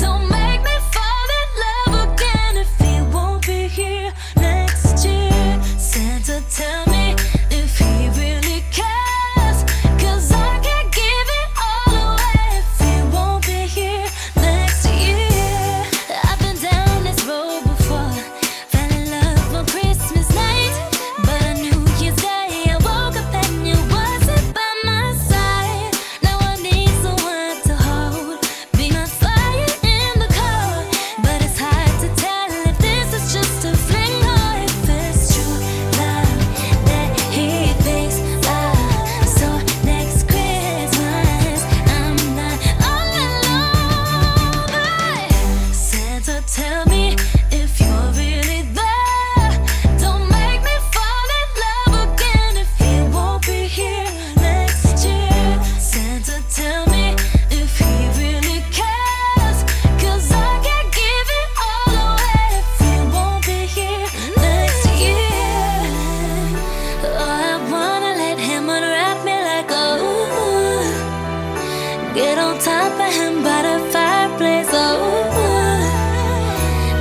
Don't make me fall in love again if he won't be here next year. Santa, tell me if he really cares. Cause I can't give it all away if he won't be here next year. I've been down this road before. Fell in love on Christmas night. But I knew you'd stay. I woke up and you wasn't by my side. Now I need someone to hold. Be my fire in the cold. But it's hard to tell if this is just a fling or if it's true love that he thinks of. So next Christmas, I'm not all alone. But Santa, tell me if you're really there. Don't make me fall in love again if he won't be here next year. Santa, tell me if he really cares. Cause I can't give it all away if he won't be here next year. Oh, I wanna let him unwrap me like a ooh. Get on top of him by the fireplace, oh.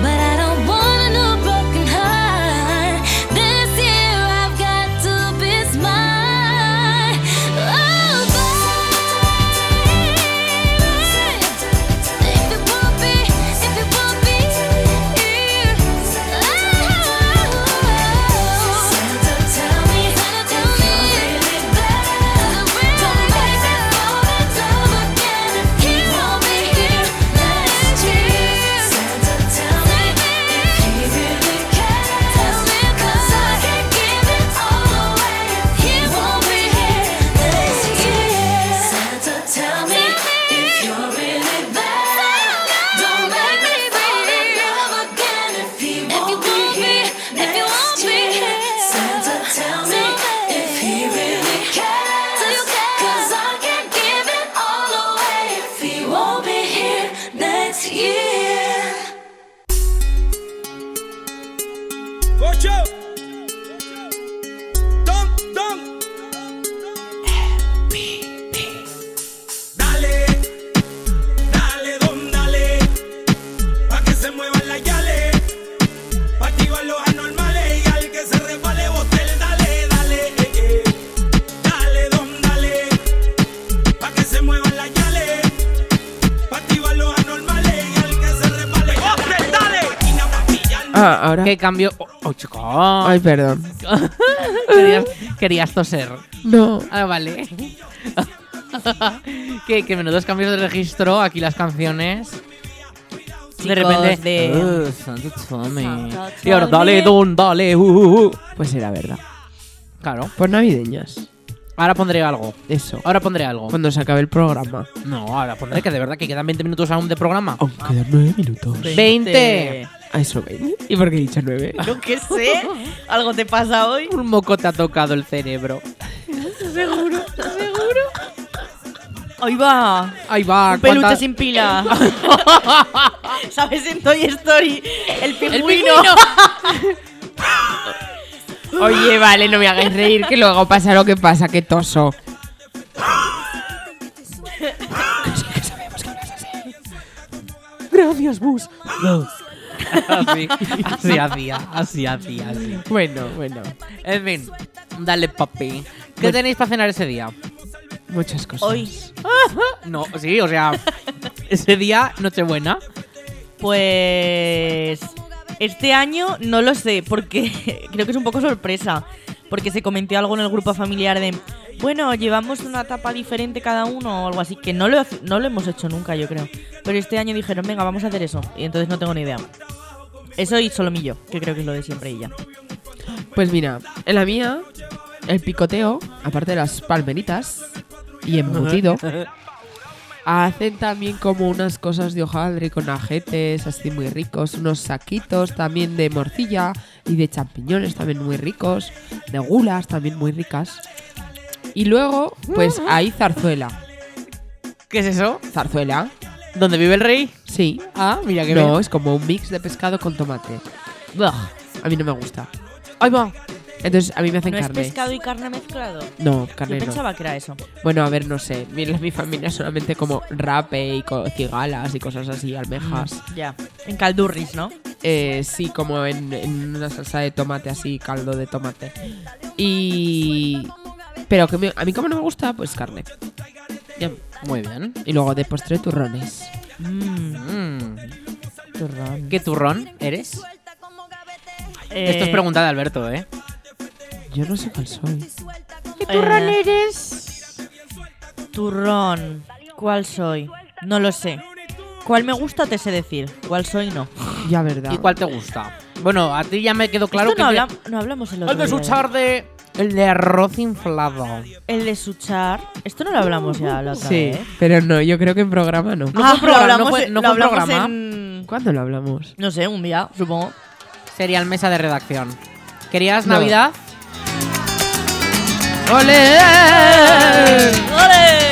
But I don't want a new broken heart. This year I've got to be smart. Oh, baby. If it won't be, if it won't be here, oh. Santa, tell me, tell me. Don't make me fall in love again if he won't be here next year. Santa, tell me if he really cares. 'Cause I can't give it all away if he won't be here next year. Santa, tell me if you're really there. Don't make me fall in love again if he won't be here next year. Santa, tell me if he really cares. 'Cause I can't give it all away if he won't be here next year. Bocho. Tom, Tom. Dale, eh, Ah, ahora. ¿Qué cambio? ¡Oh, oh, chico! Ay, perdón. querías, querías toser. No. Ah, vale. que, que menudos cambios de registro. Aquí las canciones. de repente. De... Uh, Santo Tommy. Y ahora, dale, don, dale. uh, uh, uh. Pues era verdad. Claro. Por navideñas. Ahora pondré algo. Eso. Ahora pondré algo. Cuando se acabe el programa. No, ahora pondré que de verdad que quedan 20 minutos aún de programa. Aún quedan nueve minutos. ¡Veinte! A eso veinte. ¿Y por qué he dicho nueve? Yo qué sé. Algo te pasa hoy. Un moco te ha tocado el cerebro. Seguro, seguro. Ahí va. Ahí va. Un peluche cuánta- sin pila. ¿Sabes en Toy Story? El pingüino. Oye, vale, no me hagáis reír, que luego pasa lo que pasa, que toso. Gracias, Bus. así, así hacía, así hacía, así. Bueno, bueno, En fin, dale papi. ¿Qué tenéis para cenar ese día? muchas cosas. Hoy. No, sí, o sea, ese día, Nochebuena. Pues este año no lo sé, porque creo que es un poco sorpresa, porque se comentó algo en el grupo familiar de, bueno, llevamos una tapa diferente cada uno o algo así, que no lo, no lo hemos hecho nunca, yo creo. Pero este año dijeron, venga, vamos a hacer eso, y entonces no tengo ni idea. Eso y solomillo, que creo que es lo de siempre y ya. Pues mira, en la mía, el picoteo, aparte de las palmeritas y embutido, hacen también como unas cosas de hojaldre con ajetes, así muy ricos, unos saquitos también de morcilla y de champiñones también muy ricos, de gulas también muy ricas. Y luego, pues hay zarzuela. ¿Qué es eso? ¿Zarzuela? ¿Dónde vive el rey? Sí. Ah, mira que No, bien. es como un mix de pescado con tomate. Buah. A mí no me gusta. Ahí va. Entonces, a mí me hacen ¿No es carne. pescado y carne mezclado? No, Yo carne no. pensaba que era eso. Bueno, a ver, no sé. Mi, mi familia solamente como rape y co- cigalas y cosas así, almejas. Ya, en caldurris, ¿no? Eh, sí, como en, en una salsa de tomate así, caldo de tomate. Y... Pero que me- a mí como no me gusta, pues carne. Bien, Muy bien. Y luego de postre turrones. Mm. Turrón. ¿Qué turrón eres? Eh, Esto es pregunta de Alberto, ¿eh? Yo no sé cuál soy. ¿Qué turrón eres? Turrón. ¿Cuál soy? No lo sé. ¿Cuál me gusta te sé decir? ¿Cuál soy no? Ya, verdad. ¿Y cuál te gusta? Bueno, a ti ya me quedó claro Esto que... no, te- habla- no hablamos el otro El de día de- suchar de... El de arroz inflado. El de suchar. Esto no lo hablamos ya la otra Sí, vez. pero no, yo creo que en programa no. No fue un programa, no fue- en- no lo fue un hablamos programa. en- ¿Cuándo lo hablamos? No sé, un día, supongo. Sería el mesa de redacción. ¿Querías No. Navidad? ¡Ole! ¡Ole!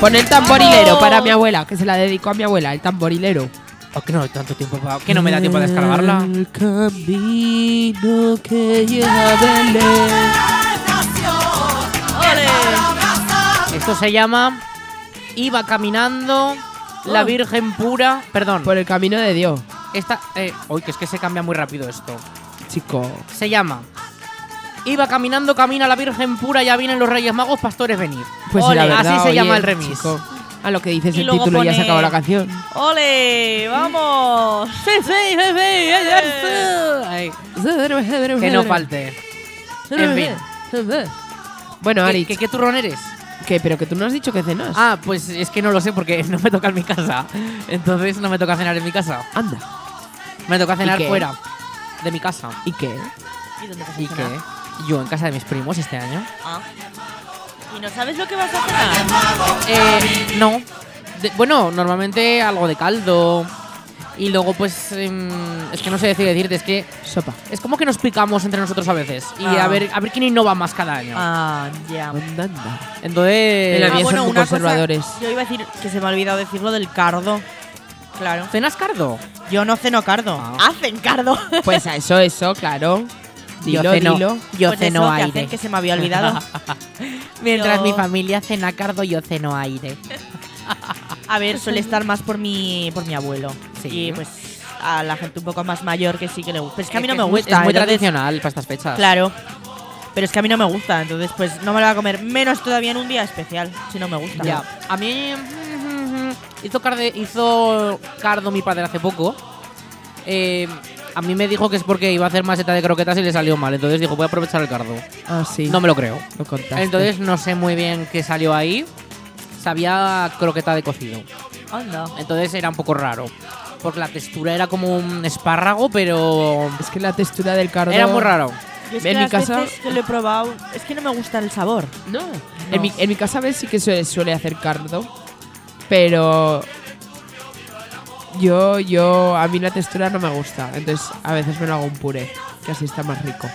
Pon el tamborilero ¡Vamos! para mi abuela, que se la dedico a mi abuela, el tamborilero. Oh, que no hay tanto tiempo pa- que no me da tiempo de descargarla. El camino que lleva a Belén. Esto se llama Iba caminando la Virgen pura. Perdón, Por el camino de Dios, esta. Eh, uy, que es que se cambia muy rápido esto. chico. Se llama Iba caminando, camina la Virgen pura, ya vienen los Reyes Magos, pastores venid. Pues Ole, la verdad, así se oye, llama el remix. chico, a lo que dices Y el luego título ya se pone- acabó la canción. ¡Ole! ¡Vamos! Sí, sí, sí, sí, sí. Ay, Que no falte. En fin. Bueno, ¿Qué, Ari, qué- qué turrón eres? ¿qué? Pero que tú no has dicho que cenas. Ah, pues es que no lo sé porque no me toca en mi casa. Entonces no me toca cenar en mi casa. Anda. Me toca cenar qué? fuera de mi casa. ¿Y qué? ¿Y dónde vas a ¿Y qué? cenar? Yo en casa de mis primos este año. Ah. ¿Y no sabes lo que vas a cenar? Eh, no. De- bueno, normalmente algo de caldo. Y luego, pues. em, es que no sé decir decirte, es que. Sopa. Es como que nos picamos entre nosotros a veces. Y Ah. a, ver, a ver quién innova más cada año. Ah, ya. Anda, anda. Entonces. En la Ah, mía bueno, son muy una conservadores. cosa- yo iba a decir que se me ha olvidado decirlo del cardo. Claro. ¿Cenas cardo? Yo no ceno cardo. Ah. Hacen cardo. Pues a eso, eso, claro. Dilo, yo ceno, dilo. Yo Pues ceno eso, que aire. hacen que se me había olvidado. Mientras Yo- mi familia cena cardo, yo ceno aire. A ver, suele estar más por mi, por mi abuelo. Sí. Y pues a la gente un poco más mayor que sí que le gusta. Pero es que a mí no me es muy- Es gusta. muy entonces- tradicional para estas fechas. Claro. Pero es que a mí no me gusta, entonces pues no me lo va a comer. Menos todavía en un día especial, si no me gusta. Ya. A mí hizo, carde- hizo cardo mi padre hace poco. Eh, A mí me dijo que es porque iba a hacer maceta de croquetas y le salió mal. Entonces dijo, voy a aprovechar el cardo. Ah, sí. No me lo creo. lo contaste. Entonces no sé muy bien qué salió ahí. Sabía a croqueta de cocido. Anda. Entonces era un poco raro. Porque la textura era como un espárrago, pero. Es que la textura del cardo. Era muy raro. Yo es En que mi las casa- veces que lo he probado, es que no me gusta el sabor. No. En, mi, en mi casa a veces sí que se suele hacer cardo, pero yo, yo, a mí la textura no me gusta, entonces a veces me lo hago un puré, que así está más rico.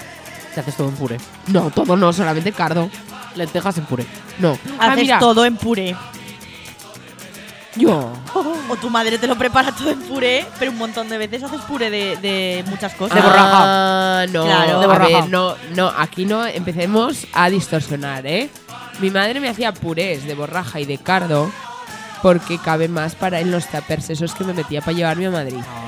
Te haces todo en puré. No, todo no, solamente cardo. Lentejas en puré. No. Ah, Haces mira, todo en puré. yo. O tu madre te lo prepara todo en puré, pero un montón de veces haces puré de, de muchas cosas. De borraja. Ah, no, Claro. De a borraja. ver, no, no, aquí no empecemos a distorsionar, ¿eh? Mi madre me hacía purés de borraja y de cardo porque cabe más para en los tapers esos que me metía para llevarme a Madrid. Ah.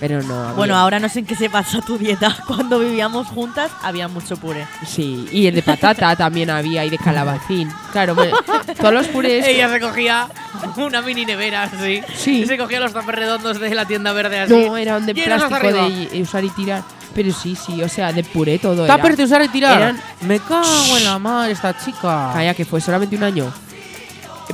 Pero no. había- Bueno, ahora no sé en qué se basa tu dieta. Cuando vivíamos juntas había mucho puré. Sí, y el de patata también había y de calabacín. Claro, me- todos los purés. Ella se cogía una mini nevera así. Sí. Y se cogía los tapes redondos de la tienda verde así. No, eran de Llenos hasta plástico de arriba. y- usar y tirar. Pero sí, sí, o sea, de puré todo era. Tapers de usar y tirar. Eran- Me cago en la madre esta chica. Calla, que fue solamente un año.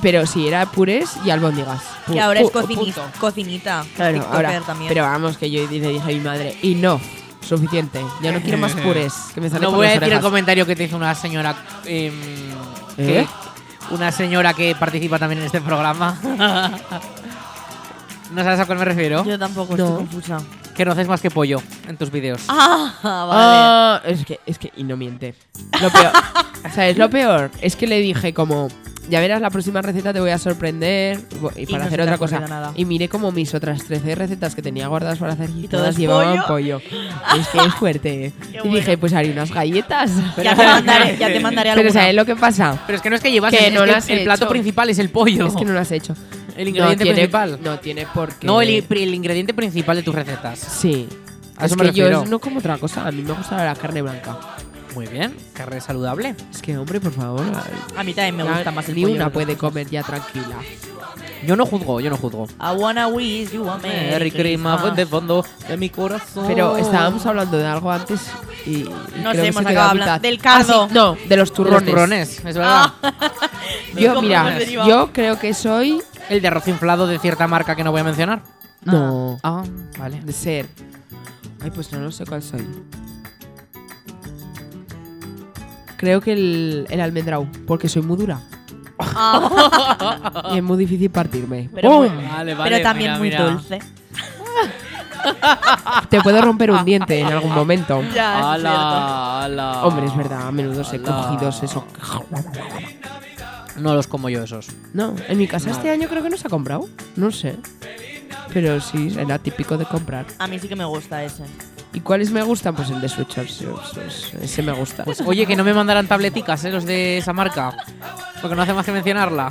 Pero sí, era purés y albóndigas. Que Pu- ahora es pu- cocinista, punto. cocinita. Claro, tiktoker ahora- también. Pero vamos, que yo le dije a mi madre, y no, suficiente. Ya no quiero más purés. Que me salen No por voy a las decir el orejas. comentario que te hizo una señora. em, ¿Eh? que- una señora que participa también en este programa. ¿No sabes a cuál me refiero? Yo tampoco No. estoy confusa. Que no haces más que pollo en tus vídeos. Ah, vale. Ah, es que, es que, y no miente. Lo peor, ¿sabes? Lo peor es que le dije como, ya verás la próxima receta te voy a sorprender y, Y no para se hacer te ha otra cosa. ocurrido nada. Y miré como mis otras 13 recetas que tenía guardadas para hacer y, todo todas es llevaban pollo. Es que es fuerte. y bueno. dije, pues haré unas galletas. ya, te mandaré, ya te mandaré Pero alguna. ¿sabes lo que pasa? Pero es que no es que llevas Que es no que las he el plato hecho. principal es el pollo. Es que no lo has hecho. El ingrediente no tiene, principal. No tiene por qué. No, el, i- pri- el ingrediente principal de tus recetas. Sí. A es eso que me refiero. yo no como otra cosa. A mí me gusta la carne blanca. Muy bien, carne saludable. Es que, hombre, por favor. A mí también me ya gusta más el Ni pollo. una pues. puede comer ya tranquila. Yo no juzgo, yo no juzgo. Eh, I wanna wish you a Merry Eh, Merry Christmas, Christmas. de fondo de mi corazón. Pero estábamos hablando de algo antes y. y creo sé, que hemos se quedó a acabado mitad. hablando del cardo. Ah, sí, no, de los turrones. turrones. turrones, es verdad. Ah, Yo, Los mira, turrones derivados. yo creo que soy. El de arroz inflado de cierta marca que no voy a mencionar. No. Ah, vale. De ser. Ay, pues no lo sé cuál soy. Creo que el, el almendrau, porque soy muy dura. Ah, Y es muy difícil partirme. Oh, pero, ¡Pum! muy- Vale, pero también muy dulce. Te puedo romper un diente en algún momento. Ya, es Ah, cierto. Ala, ala. Hombre, es verdad, a menudo se Ala. cogidos eso. No los como yo esos. No, en mi casa este año creo que no se ha comprado. No sé. Pero sí, era típico de comprar. A mí sí que me gusta ese. ¿Y cuáles me gustan? Pues el de Switchers. es- es- Ese me gusta. Pues oye, que no me mandaran tableticas, ¿eh? Los de esa marca. Porque no hace más que mencionarla.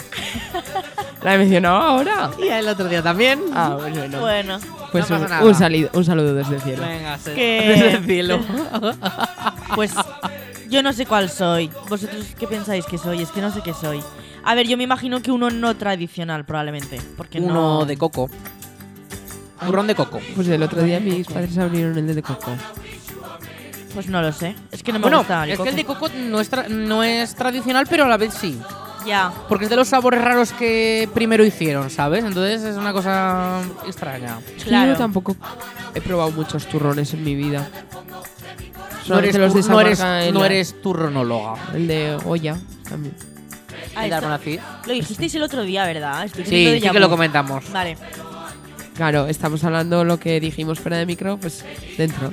¿La he mencionado ahora? Y el otro día también. Ah, pues bueno. Bueno, Pues no un, pasa nada. un salido- un saludo desde el cielo. Venga, se- Que- desde el cielo. pues yo no sé cuál soy. ¿Vosotros qué pensáis que soy? Es que no sé qué soy. A ver, yo me imagino que uno no tradicional, probablemente. Porque Uno no. de coco. Turrón de coco. Pues el otro día mis padres abrieron el de coco. Pues no lo sé. Es que no me Bueno, gusta. el es que coco. el de coco no es, tra- no es tradicional, pero a la vez sí. Ya. Porque es de los sabores raros que primero hicieron, ¿sabes? Entonces es una cosa extraña. Es que Claro. Yo tampoco he probado muchos turrones en mi vida. No Solamente eres, los de tu- esa no, eres, marca en no la- eres turronóloga. El de Goya también. El Ahí está. árbol así. Ah, Lo dijisteis el otro día, ¿verdad? Estoy teniendo Sí, sí déjà que lo vu. comentamos. Vale. Claro, estamos hablando lo que dijimos fuera de micro, pues dentro.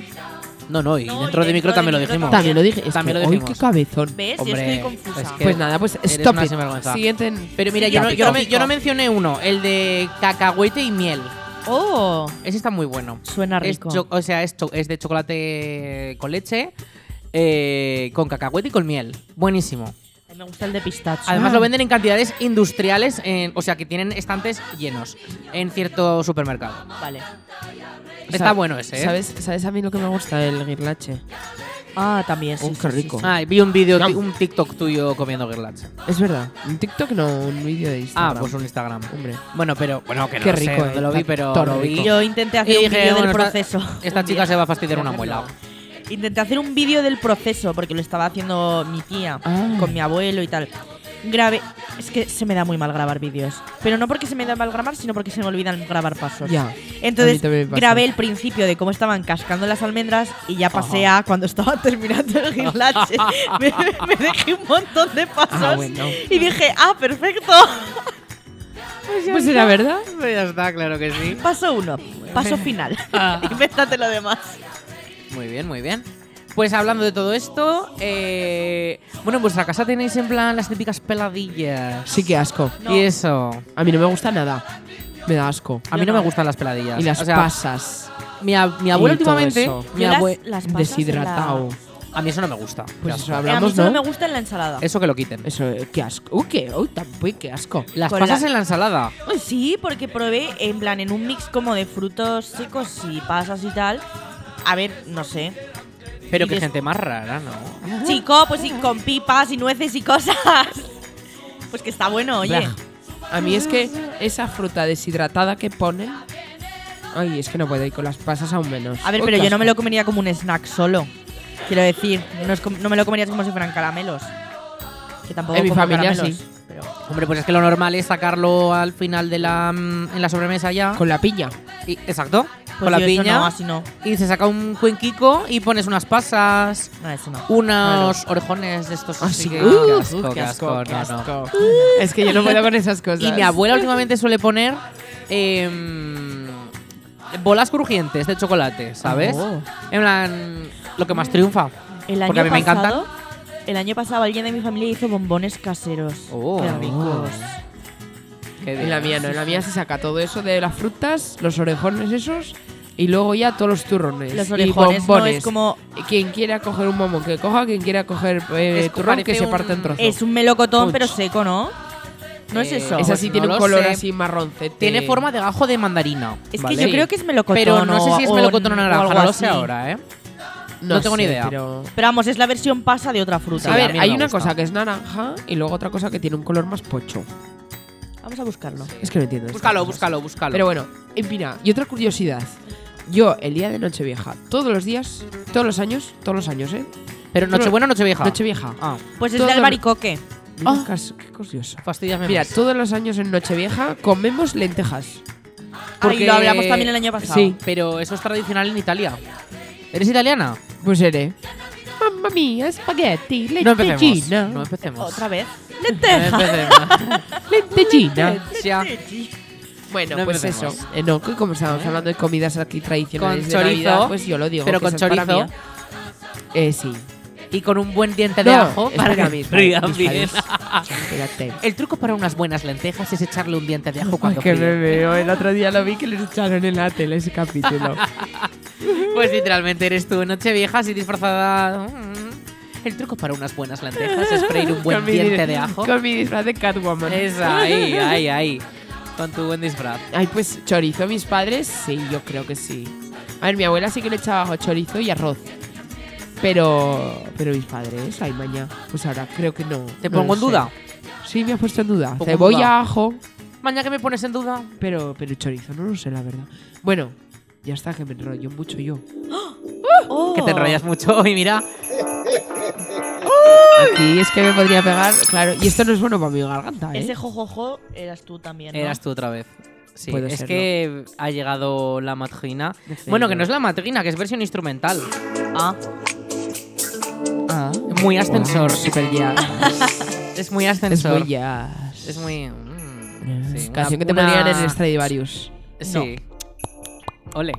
No, no, y No, dentro y de dentro micro de también lo micro dijimos. También lo dije. Es También que lo dijimos. Hoy qué cabezón. ¿Ves? Yo Hombre, estoy confusa. es que- Pues nada, pues eres stop una it. sinvergüenza. Siguiente. Pero mira, yo no, yo, no me- yo no Tópico. mencioné uno, el de cacahuete y miel. Oh, Ese está muy bueno. suena Es rico. cho- o sea, es, cho- es de chocolate con leche, eh, con cacahuete y con miel. Buenísimo. Ay, Me gusta el de pistacho. Además lo venden en cantidades industriales, en- o sea, que tienen estantes llenos en cierto supermercado. Vale. Está bueno ese, ¿eh? ¿Sabes, ¿Sabes a mí lo que me gusta? El guirlache. Ah, también, sí. Oh, sí, qué sí, rico. sí. Ah, vi un vídeo, Yum. un TikTok tuyo comiendo girlats. Es verdad. Un TikTok no, un vídeo de Ah, Instagram. pues un Instagram. Hombre. Bueno, pero bueno, que no Qué lo rico, sé, eh, dónde lo vi, está pero todo lo vi. rico. Yo intenté hacer Y un dije, vídeo del bueno, esta- proceso. Esta un chica día. se va a fastidiar una muela. Intenté hacer un vídeo del proceso porque lo estaba haciendo mi tía Ah. con mi abuelo y tal. Grabé. Es que se me da muy mal grabar vídeos. Pero no porque se me da mal grabar, sino porque se me olvidan grabar pasos. Ya. A mí Entonces también me pasa. grabé el principio de cómo estaban cascando las almendras y ya pasé a cuando estaba terminando el guirlache. me, me dejé un montón de pasos Ah, bueno. y dije, ah, perfecto. Pues era verdad. Pues ya está, claro que sí. Paso uno, paso final. Ah. Invéntate lo demás. Muy bien, muy bien. Pues hablando de todo esto, eh, bueno, en vuestra casa tenéis en plan las típicas peladillas. Sí, que asco. No. Y eso. A mí no me gusta nada. Me da asco. A mí Yo no, no. me gustan las peladillas. Y las o sea, pasas. mi, a- mi abuelo y todo últimamente. eso. Mi Yo las- abue- las pasas en Deshidratado. la- a mí eso no me gusta. Pues Qué asco. eso, Eh, a mí hablamos, solo me ¿no? gusta en la ensalada. Eso que lo quiten. Eso, eh, qué asco. Uy, qué, uy, tampoco, qué asco. Las Con pasas la- en la ensalada. Ay, Pues Sí, porque probé en plan en un mix como de frutos secos y pasas y tal. A ver, no sé. Pero Y qué des- gente más rara, ¿no? Chico, pues y con pipas y nueces y cosas. Pues que está bueno, oye. Blah. A mí es que esa fruta deshidratada que ponen. Ay, es que no puedo, y con las pasas aún menos. A ver, Uy, pero qué yo no me lo asco. comería como un snack solo. Quiero decir, no, es com- no me lo comería como si fueran caramelos. Que tampoco En mi como familia caramelos, sí. pero- Hombre, pues es que lo normal es sacarlo al final de la mm, en la sobremesa ya. Con la piña. Y- exacto. con pues la yo eso No, piña. así no. y se saca un cuenquico y pones unas pasas, No, eso Uh, no. unos orejones de estos Así que- que. uh, qué asco, qué asco, qué no, no. asco. Es que yo no puedo con esas cosas. Y mi abuela últimamente suele poner em, bolas crujientes de chocolate, ¿sabes? Oh. En plan, lo que más triunfa. El año Porque a mí me encantan. pasado, El año pasado alguien de mi familia hizo bombones caseros. Oh. Qué ricos. Qué En la bien. mía no, en la mía se saca todo eso de las frutas, los orejones esos y luego ya todos los turrones. Los y orejones no bombones. es como Quien quiera coger un momón que coja, quien quiera coger eh, Es que turrón que parece se un- parte en trozos. Es un melocotón, Punch. pero seco, ¿no? No es Eh, eso. es Esa pues sí no tiene un lo color sé. así marroncete. Tiene forma de gajo de mandarina. es ¿vale? que yo creo que es melocotón. Pero no sé o- si es o melocotón o naranja, algo no lo sé así. ahora, ¿eh? no tengo ni idea. pero- Pero vamos, es la versión pasa de otra fruta. Sí, a a ver, mí no hay me una gusta. cosa que es naranja y luego otra cosa que tiene un color más pocho. Vamos a buscarlo. Es que no entiendo. estas Búscalo, cosas. búscalo, búscalo. Pero bueno, y mira, y otra curiosidad. Yo, el día de Nochevieja, todos los días, todos los años, todos los años, ¿eh? Pero Nochebuena o Nochevieja. Nochevieja. Ah, Pues es Todo de lo- albaricoque. Mira, Ah. cas- qué curioso. fastidiasme Mira, más. todos los años en Nochevieja comemos lentejas. Ay, lo hablamos también el año pasado. Sí. Pero eso es tradicional en Italia. ¿Eres italiana? Pues seré. Mamma mía, espagueti, No empecemos. lentechina. No empecemos. Otra vez. No Lenteja. empecemos. lentechina. Ya. Bueno, No pues empecemos. eso. Eh, no, que como estábamos hablando de comidas aquí tradicionales Con de chorizo, Navidad, pues yo lo digo. pero que con esa es para chorizo. mí. Eh, sí. Y con un buen diente de ajo para que mí. rían bien. Espérate. El truco para unas buenas lentejas es echarle un diente de ajo Ay, cuando que me fríe. veo. El otro día lo vi que les echaron en la tele ese capítulo. Pues literalmente eres tú, Nochevieja, así disfrazada. Mm. El truco para unas buenas lentejas es freír un buen Con mi- diente de ajo. Con mi disfraz de Catwoman. Es ahí, ahí, ahí. Con tu buen disfraz. Ay, pues chorizo, mis padres, sí, yo creo que sí. A ver, mi abuela sí que le echaba ajo, chorizo y arroz. Pero, pero mis padres, ay, mañana, pues ahora creo que no. Te no pongo lo en sé. duda. Sí, me has puesto en duda. Pongo en Cebolla, duda. ajo, Mañana que me pones en duda. pero, pero chorizo, no lo sé, la verdad. Bueno, ya está, que me enrollo mucho yo. Oh. Que te enrollas mucho hoy, mira. Aquí es que me podría pegar, claro. Y esto no es bueno para mi garganta, ¿eh? Ese jojojo eras tú también. ¿no? Eras tú otra vez. Sí, Puede es serlo. que ha llegado la madrina. Decidlo. Bueno, que no es la madrina, que es versión instrumental. Ah. Ah. Muy ascensor. Wow, super jazz. Es muy es ascensor. muy jazz. Es muy. mm, sí, una- Canción que te una- ponían en este- el Stradivarius. Sí. Ole.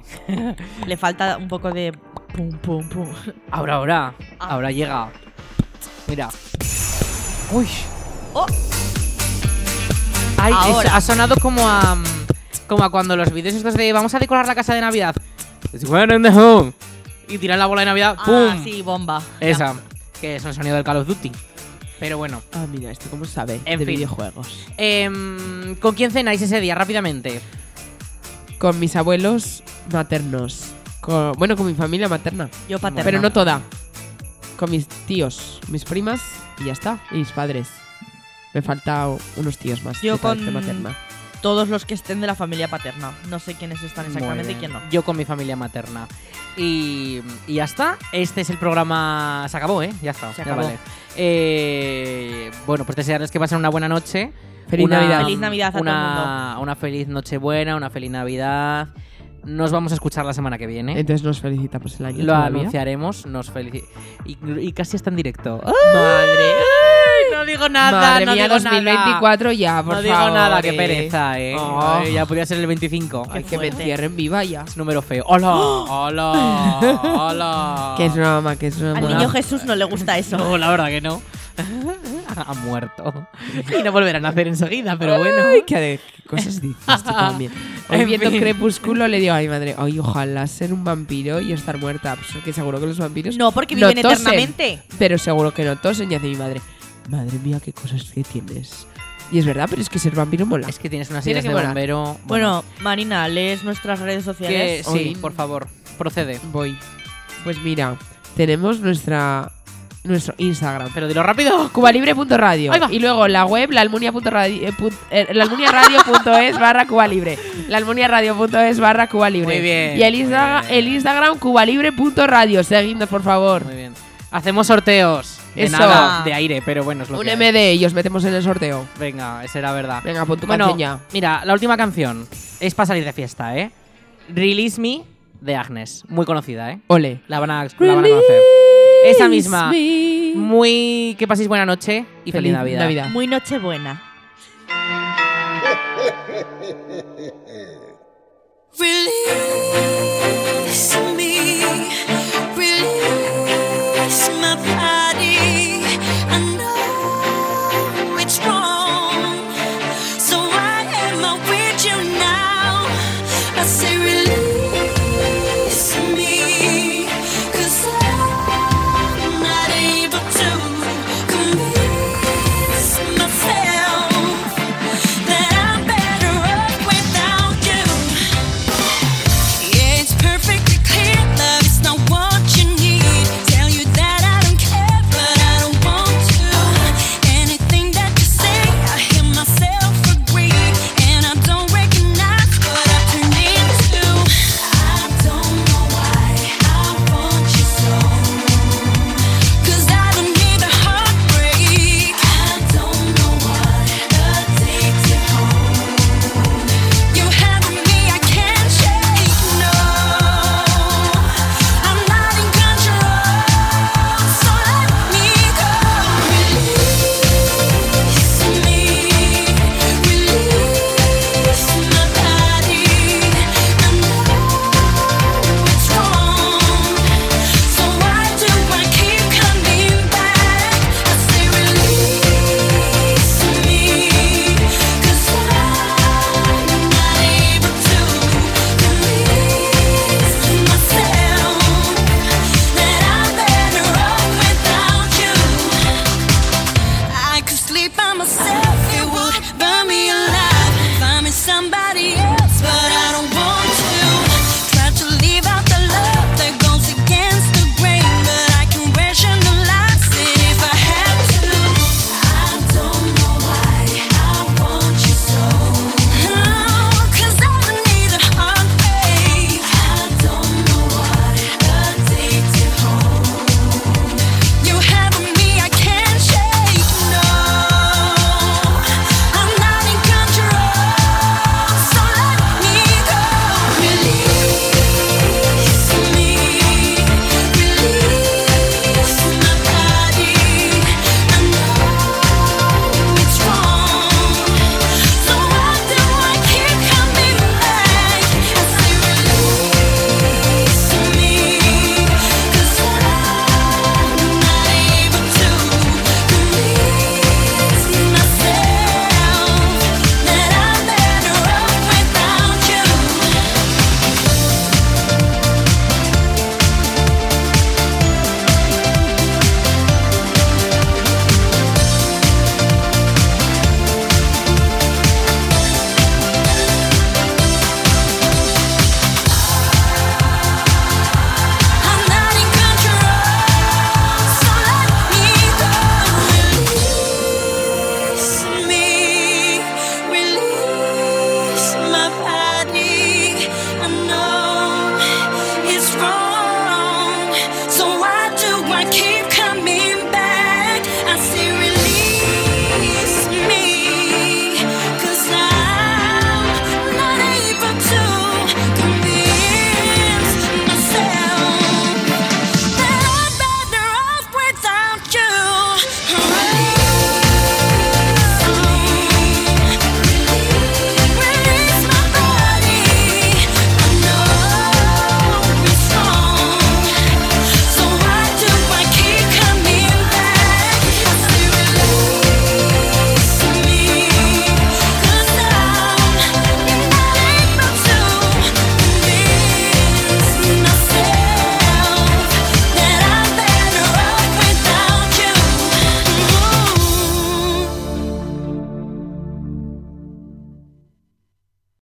Le falta un poco de. Pum, pum, pum. Ahora, ahora. Ah. Ahora llega. Mira. Uy. Oh. Ay, es- Ahora. ha sonado como a. Como a cuando los vídeos estos de vamos a decorar la casa de Navidad. It's winter in the home. Y tiran la bola de Navidad. Ah, ¡Pum! sí, bomba. Ya. Esa. Que es un sonido del Call of Duty. Pero bueno. Ah, mira, esto cómo sabe. En de fin. videojuegos. Em, ¿Con quién cenáis ese día? Rápidamente. Con mis abuelos maternos. Con- bueno, con mi familia materna. Yo paterno. Pero no toda. con mis tíos, mis primas y ya está. Y mis padres. Me falta unos tíos más. Yo de parte con- materna. Todos los que estén de la familia paterna. No sé quiénes están exactamente y Muy quién bien. no. Yo con mi familia materna. Y, y ya está. Este es el programa. Se acabó, ¿eh? Ya está. ya Se acabó. vale. Eh, bueno, pues desearles que pasen una buena noche. Feliz Una- Navidad. Feliz Navidad a todo el una, Una feliz Nochebuena, una feliz Navidad. Nos vamos a escuchar la semana que viene. Entonces nos felicitamos el año. Lo todavía. anunciaremos, nos felici- y, y casi está en directo. Madre. No digo nada, Madre no mía, digo 2024 ya, por no digo favor, nada, qué eh. pereza, eh. Oh. Ay, ya podría ser el 25. Ay, Ay, que me fuerte. entierren viva ya. es número feo. ¡Hola! ¡Hola! ¡Hola! Que es broma, que es broma. Al niño Jesús no le gusta eso. No, la verdad que no. ha muerto. Y no volverá a nacer enseguida, pero bueno. Ay, qué, de- qué cosas dices tú también. Hoy En viendo fin. Crepúsculo le digo, ay madre, ay, ojalá ser un vampiro y estar muerta. Pues que seguro que los vampiros. No, porque no viven tosen, eternamente. Pero seguro que no tosen. Y hace mi madre, madre mía, qué cosas que tienes. Y es verdad, pero es que ser vampiro mola. Es que tienes unas Tiene ideas que de molar. bombero. Bueno, Marina, lees nuestras redes que sociales. sí, hoy- por favor, procede. Voy. Pues mira, tenemos nuestra nuestro Instagram. Pero dilo rápido. cubalibre.radio Ahí va. y luego la web laalmunia.radio- eh, pun- eh, laalmuniaradio.es barra cubalibre laalmuniaradio.es barra cubalibre Muy bien, y el, muy Instagram bien. el Instagram cubalibre.radio seguidnos por favor Muy bien. Hacemos sorteos. De Eso. nada, de aire, pero bueno, es lo un que hay. MD y os metemos en el sorteo Venga, esa era verdad. venga pon tu Bueno, canción ya mira, la última canción es para salir de fiesta, ¿eh? Release Me de Agnes. Muy conocida, ¿eh? ole La van a, la van a conocer. Esa misma. Muy. Que paséis buena noche y feliz, Navidad. Muy nochebuena. Release me Oh, oh,